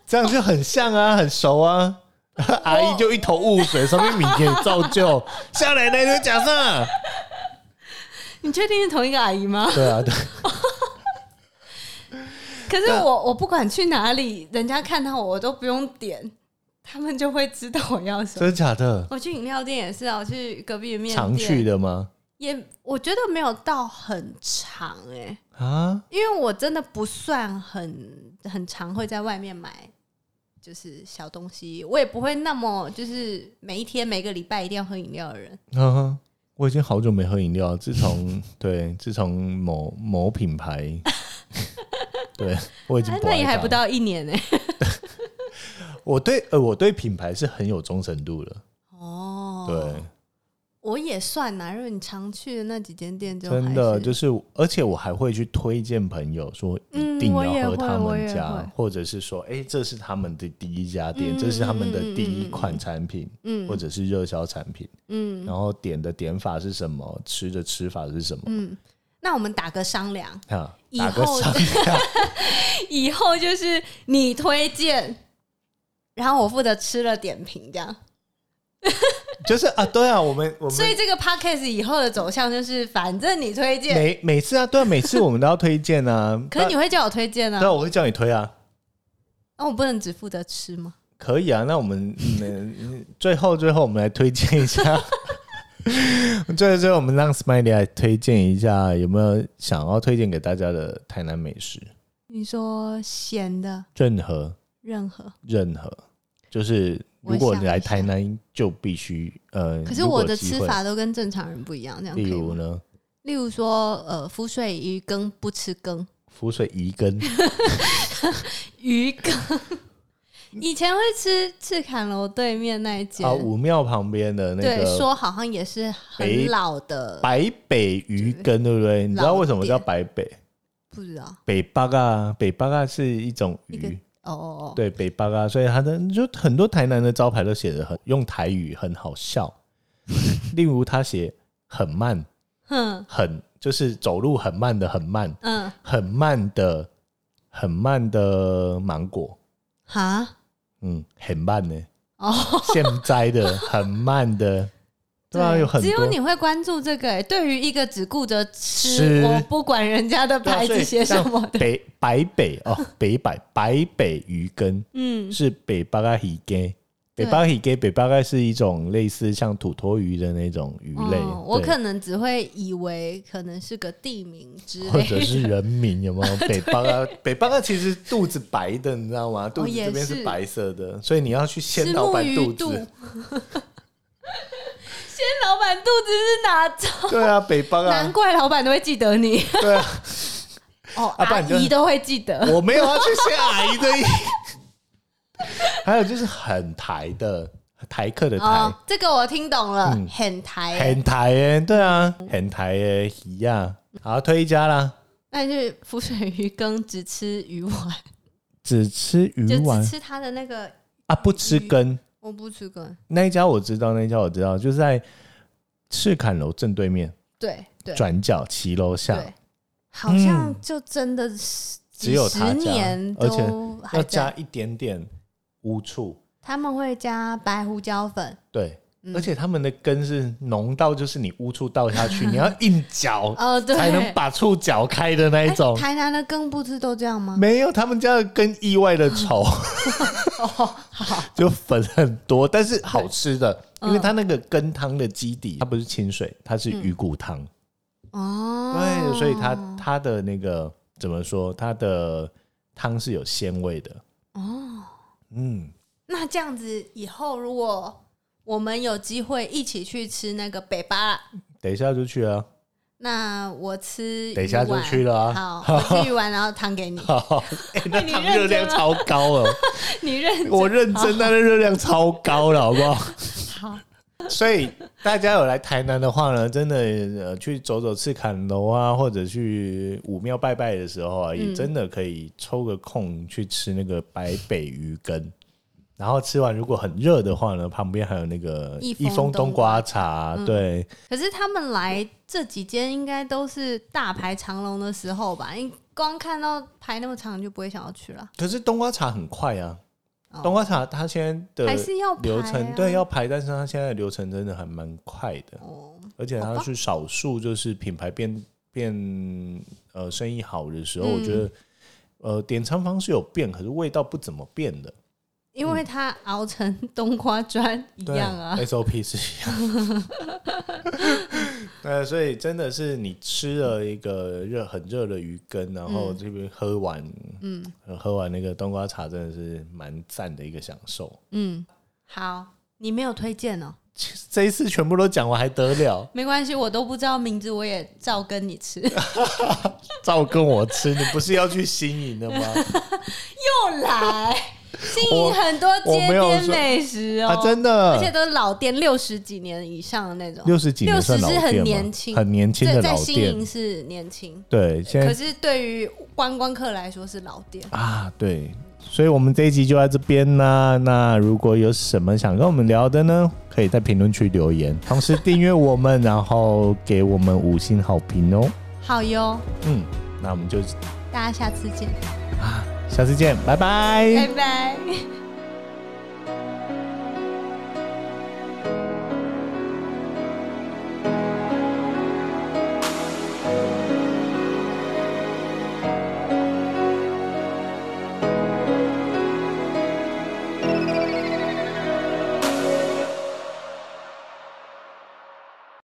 [SPEAKER 1] 这样就很像啊，很熟啊。 阿姨就一头雾水，什么名也照旧，下奶奶就讲上，
[SPEAKER 2] 你确定是同一个阿姨吗？
[SPEAKER 1] 对啊，对，
[SPEAKER 2] 可是我我不管去哪里，人家看到我，我都不用点，他们就会知道我要什么。
[SPEAKER 1] 真的假的？
[SPEAKER 2] 我去饮料店也是啊，我去隔壁的面
[SPEAKER 1] 常去
[SPEAKER 2] 店
[SPEAKER 1] 的吗？
[SPEAKER 2] 也，我觉得没有到很长哎、
[SPEAKER 1] 啊，
[SPEAKER 2] 因为我真的不算很很常会在外面买，就是小东西，我也不会那么就是每一天每个礼拜一定要喝饮料的人。
[SPEAKER 1] 嗯哼，我已经好久没喝饮料了，自 从对，自从某某品牌，对我已经
[SPEAKER 2] 哎
[SPEAKER 1] 不
[SPEAKER 2] 那
[SPEAKER 1] 爱
[SPEAKER 2] 也还不
[SPEAKER 1] 它了。
[SPEAKER 2] 到一年呢、
[SPEAKER 1] 我对呃，我对品牌是很有忠诚度的，
[SPEAKER 2] 哦，
[SPEAKER 1] 对，，
[SPEAKER 2] 我也算呐、如果你常去的那几间店就还
[SPEAKER 1] 真的就是是，而且我还会去推荐朋友说
[SPEAKER 2] 嗯
[SPEAKER 1] 一定
[SPEAKER 2] 我也
[SPEAKER 1] 要喝
[SPEAKER 2] 会
[SPEAKER 1] 他
[SPEAKER 2] 我
[SPEAKER 1] 们
[SPEAKER 2] 也
[SPEAKER 1] 家，
[SPEAKER 2] 会
[SPEAKER 1] 或者是说，哎、这是他们的第一家店，
[SPEAKER 2] 嗯
[SPEAKER 1] 这是他们的第
[SPEAKER 2] 嗯嗯嗯
[SPEAKER 1] 一
[SPEAKER 2] 嗯
[SPEAKER 1] 款产品，
[SPEAKER 2] 嗯
[SPEAKER 1] 或者是热销产品，
[SPEAKER 2] 嗯
[SPEAKER 1] 然后点的点法是什么，吃的吃法是什么。
[SPEAKER 2] 嗯。那我们打个商量，
[SPEAKER 1] 啊，
[SPEAKER 2] 以
[SPEAKER 1] 打个
[SPEAKER 2] 后
[SPEAKER 1] 商量，
[SPEAKER 2] 以后就是你推荐，然后我负责吃了点评这样。
[SPEAKER 1] 就是啊，对啊，我们我们
[SPEAKER 2] 所以这个 podcast 以后的走向就是，反正你推荐，
[SPEAKER 1] 每每次啊，对啊，每次我们都要推荐啊
[SPEAKER 2] 。可是你会叫我推荐
[SPEAKER 1] 那
[SPEAKER 2] 啊
[SPEAKER 1] 对？啊，我会叫你推啊，
[SPEAKER 2] 那、我不能只负责吃吗？
[SPEAKER 1] 可以啊。那我们嗯嗯 最后最后我们来推荐一下， 最后最后我们让 Smiley 来推荐一下有没有想要推荐给大家的台南美食？
[SPEAKER 2] 你说咸的
[SPEAKER 1] 任何
[SPEAKER 2] 任何，
[SPEAKER 1] 任何，就是
[SPEAKER 2] 我
[SPEAKER 1] 如果
[SPEAKER 2] 想
[SPEAKER 1] 你
[SPEAKER 2] 一
[SPEAKER 1] 来
[SPEAKER 2] 下
[SPEAKER 1] 台南就必须呃，
[SPEAKER 2] 可是
[SPEAKER 1] 如果
[SPEAKER 2] 我
[SPEAKER 1] 有
[SPEAKER 2] 的
[SPEAKER 1] 机
[SPEAKER 2] 吃
[SPEAKER 1] 会，
[SPEAKER 2] 法都跟正常人不一样，这样可
[SPEAKER 1] 例
[SPEAKER 2] 以
[SPEAKER 1] 如
[SPEAKER 2] 吗？
[SPEAKER 1] 呢，
[SPEAKER 2] 例如说，呃，浮水鱼羹不吃羹，
[SPEAKER 1] 浮水鱼 羹，
[SPEAKER 2] 鱼羹。以前会吃赤坎楼对面那一间，
[SPEAKER 1] 啊，武庙旁边的那
[SPEAKER 2] 对，
[SPEAKER 1] 个
[SPEAKER 2] 说好像也是很
[SPEAKER 1] 北
[SPEAKER 2] 老的，
[SPEAKER 1] 白北鱼羹，对不对？你知道为什么叫白北？
[SPEAKER 2] 不知道
[SPEAKER 1] 北巴啊，北巴啊是一种
[SPEAKER 2] 一个
[SPEAKER 1] 鱼，
[SPEAKER 2] 哦哦哦，
[SPEAKER 1] 对北巴啊，所以它的就很多台南的招牌都写的很用台语很好 笑，例如他写很慢，
[SPEAKER 2] 哼，
[SPEAKER 1] 很就是走路很慢的很慢，
[SPEAKER 2] 嗯，
[SPEAKER 1] 很慢的很慢的芒果，
[SPEAKER 2] 哈，
[SPEAKER 1] 嗯，很慢 呢、
[SPEAKER 2] 哦，
[SPEAKER 1] 现摘的很慢的， 对啊，有很
[SPEAKER 2] 只有
[SPEAKER 1] 多。
[SPEAKER 2] 你会关注这个、欸。对于一个只顾着吃，
[SPEAKER 1] 吃
[SPEAKER 2] 我不管人家的
[SPEAKER 1] 对啊
[SPEAKER 2] 牌
[SPEAKER 1] 所
[SPEAKER 2] 子
[SPEAKER 1] 以
[SPEAKER 2] 写什
[SPEAKER 1] 像
[SPEAKER 2] 么的，
[SPEAKER 1] 北白北哦，北百白北鱼羹，
[SPEAKER 2] 嗯，
[SPEAKER 1] 是北巴嘎鱼给。
[SPEAKER 2] 对
[SPEAKER 1] 北巴鱼给北巴嘎是一种类似像土托鱼的那种鱼类，
[SPEAKER 2] 哦我
[SPEAKER 1] 对
[SPEAKER 2] 可能只会以为可能是个地名 之
[SPEAKER 1] 或
[SPEAKER 2] 类
[SPEAKER 1] 者
[SPEAKER 2] 的。
[SPEAKER 1] 是人名有没 有？北巴嘎北巴嘎其实肚子白的，你知道吗？肚子
[SPEAKER 2] 哦也
[SPEAKER 1] 这边
[SPEAKER 2] 是
[SPEAKER 1] 是白色的，所以你要去
[SPEAKER 2] 是
[SPEAKER 1] 先老
[SPEAKER 2] 木
[SPEAKER 1] 板
[SPEAKER 2] 鱼
[SPEAKER 1] 肚
[SPEAKER 2] 肚，
[SPEAKER 1] 子。
[SPEAKER 2] 先老板肚子是哪种？
[SPEAKER 1] 对 啊，北巴
[SPEAKER 2] 难
[SPEAKER 1] 嘎，
[SPEAKER 2] 怪老板都会记 得你
[SPEAKER 1] 对啊，
[SPEAKER 2] 哦，
[SPEAKER 1] 啊不
[SPEAKER 2] 阿
[SPEAKER 1] 然你就
[SPEAKER 2] 姨都会记得。
[SPEAKER 1] 我没有要去先阿姨的意。还有就是很台的，台客的台
[SPEAKER 2] 哦，，这个我听懂了，
[SPEAKER 1] 嗯
[SPEAKER 2] 很台欸、
[SPEAKER 1] 很台耶，对啊，很台耶，一样。好，推一家啦，
[SPEAKER 2] 那就是浮水鱼羹只吃鱼丸，
[SPEAKER 1] 只吃鱼
[SPEAKER 2] 就
[SPEAKER 1] 丸
[SPEAKER 2] 只吃它的那个，
[SPEAKER 1] 啊，不
[SPEAKER 2] 嗯
[SPEAKER 1] 吃根。
[SPEAKER 2] 我不吃羹。
[SPEAKER 1] 那一家我知道，那一家我知道，就是在赤坎楼正对面
[SPEAKER 2] 对对
[SPEAKER 1] 转角骑楼下，
[SPEAKER 2] 对，好像就真的是
[SPEAKER 1] 只有
[SPEAKER 2] 几
[SPEAKER 1] 他
[SPEAKER 2] 十
[SPEAKER 1] 家
[SPEAKER 2] 年
[SPEAKER 1] 而且
[SPEAKER 2] 都还
[SPEAKER 1] 要
[SPEAKER 2] 在
[SPEAKER 1] 加一点点乌醋。
[SPEAKER 2] 他们会加白胡椒粉，
[SPEAKER 1] 对，
[SPEAKER 2] 嗯
[SPEAKER 1] 而且他们的根是浓到，就是你乌醋倒下去，你要硬嚼
[SPEAKER 2] 哦，对，
[SPEAKER 1] 才
[SPEAKER 2] 哎
[SPEAKER 1] 能把醋搅开的那一种。
[SPEAKER 2] 台南的羹不是都这 样吗？
[SPEAKER 1] 没有，他们家的根意外的稠，
[SPEAKER 2] 哦
[SPEAKER 1] 就粉很多，但是好吃的，因
[SPEAKER 2] 嗯
[SPEAKER 1] 为它那个羹汤的基底，它不是清水，它是鱼骨汤，
[SPEAKER 2] 哦，
[SPEAKER 1] 对，所以它它的那个怎么说，它的汤是有鲜味的，
[SPEAKER 2] 哦，
[SPEAKER 1] 嗯，
[SPEAKER 2] 那这样子以后如果我们有机会一起去吃那个北巴啦，
[SPEAKER 1] 等一下就去啊，
[SPEAKER 2] 那我吃鱼丸
[SPEAKER 1] 等一下就去了 啊
[SPEAKER 2] 好，我吃鱼丸，然后汤 给你，
[SPEAKER 1] 好， 哎、那
[SPEAKER 2] 你
[SPEAKER 1] 汤
[SPEAKER 2] 认真
[SPEAKER 1] 热量
[SPEAKER 2] 了
[SPEAKER 1] 超高哦，
[SPEAKER 2] 你认
[SPEAKER 1] 我认真，它的热量超高了，好不好？
[SPEAKER 2] 好，
[SPEAKER 1] 所以大家有来台南的话呢，真的呃去走走赤坎楼啊，或者去武庙拜拜的时候啊，
[SPEAKER 2] 嗯
[SPEAKER 1] 也真的可以抽个空去吃那个白北鱼羹。然后吃完如果很热的话呢，旁边还有那个
[SPEAKER 2] 益
[SPEAKER 1] 益丰
[SPEAKER 2] 丰
[SPEAKER 1] 冬
[SPEAKER 2] 冬
[SPEAKER 1] 瓜
[SPEAKER 2] 瓜嗯
[SPEAKER 1] 茶，对，
[SPEAKER 2] 可是他们来这几间应该都是大排长龙的时候吧？你光看到排那么长你就不会想要去了，
[SPEAKER 1] 可是冬瓜茶很快啊，
[SPEAKER 2] 哦
[SPEAKER 1] 冬瓜茶它现在
[SPEAKER 2] 还
[SPEAKER 1] 的
[SPEAKER 2] 是要排啊
[SPEAKER 1] 流程、对要排，但是它现在的流程真的还蛮快的，
[SPEAKER 2] 哦，
[SPEAKER 1] 而且它
[SPEAKER 2] 好吧
[SPEAKER 1] 是少数就是品牌变变呃生意好的时候，
[SPEAKER 2] 嗯
[SPEAKER 1] 我觉得呃点餐方式有变，可是味道不怎么变的，
[SPEAKER 2] 因为它熬成冬瓜砖一
[SPEAKER 1] 对哎
[SPEAKER 2] 样啊。
[SPEAKER 1] ，SOP 是一样。 对，所以真的是你吃了一个热很热的鱼羹，然后这边喝完，嗯，喝完那个冬瓜茶，真的是蛮赞的一个享受。
[SPEAKER 2] 嗯，好，你没有推荐哦，
[SPEAKER 1] 这一次全部都讲完还得了？
[SPEAKER 2] 没关系，我都不知道名字，我也照跟你吃。
[SPEAKER 1] 照跟我吃，你不是要去新营 的吗？
[SPEAKER 2] 又来，经营很多街
[SPEAKER 1] 我没有
[SPEAKER 2] 边
[SPEAKER 1] 说
[SPEAKER 2] 美食哦，
[SPEAKER 1] 啊，真
[SPEAKER 2] 而且
[SPEAKER 1] 的，
[SPEAKER 2] 都是老店，六十几年以上的那种。
[SPEAKER 1] 六十几年
[SPEAKER 2] 60
[SPEAKER 1] 算老
[SPEAKER 2] 是很
[SPEAKER 1] 店吗
[SPEAKER 2] 年轻
[SPEAKER 1] 很年轻
[SPEAKER 2] 在
[SPEAKER 1] 的
[SPEAKER 2] 在
[SPEAKER 1] 老
[SPEAKER 2] 新
[SPEAKER 1] 店哎
[SPEAKER 2] 营。是年轻，
[SPEAKER 1] 对，现
[SPEAKER 2] 可
[SPEAKER 1] 在
[SPEAKER 2] 是对于观光客来说是老店。
[SPEAKER 1] 啊，对，所以我们这一集就在这边啦。那如果有什么想跟我们聊的呢，可以在评论区留言，同时订阅我们，然后给我们五星好评哦。
[SPEAKER 2] 好哟，
[SPEAKER 1] 嗯，那我们就
[SPEAKER 2] 大家下次见，
[SPEAKER 1] 下次见，拜拜
[SPEAKER 2] 拜拜。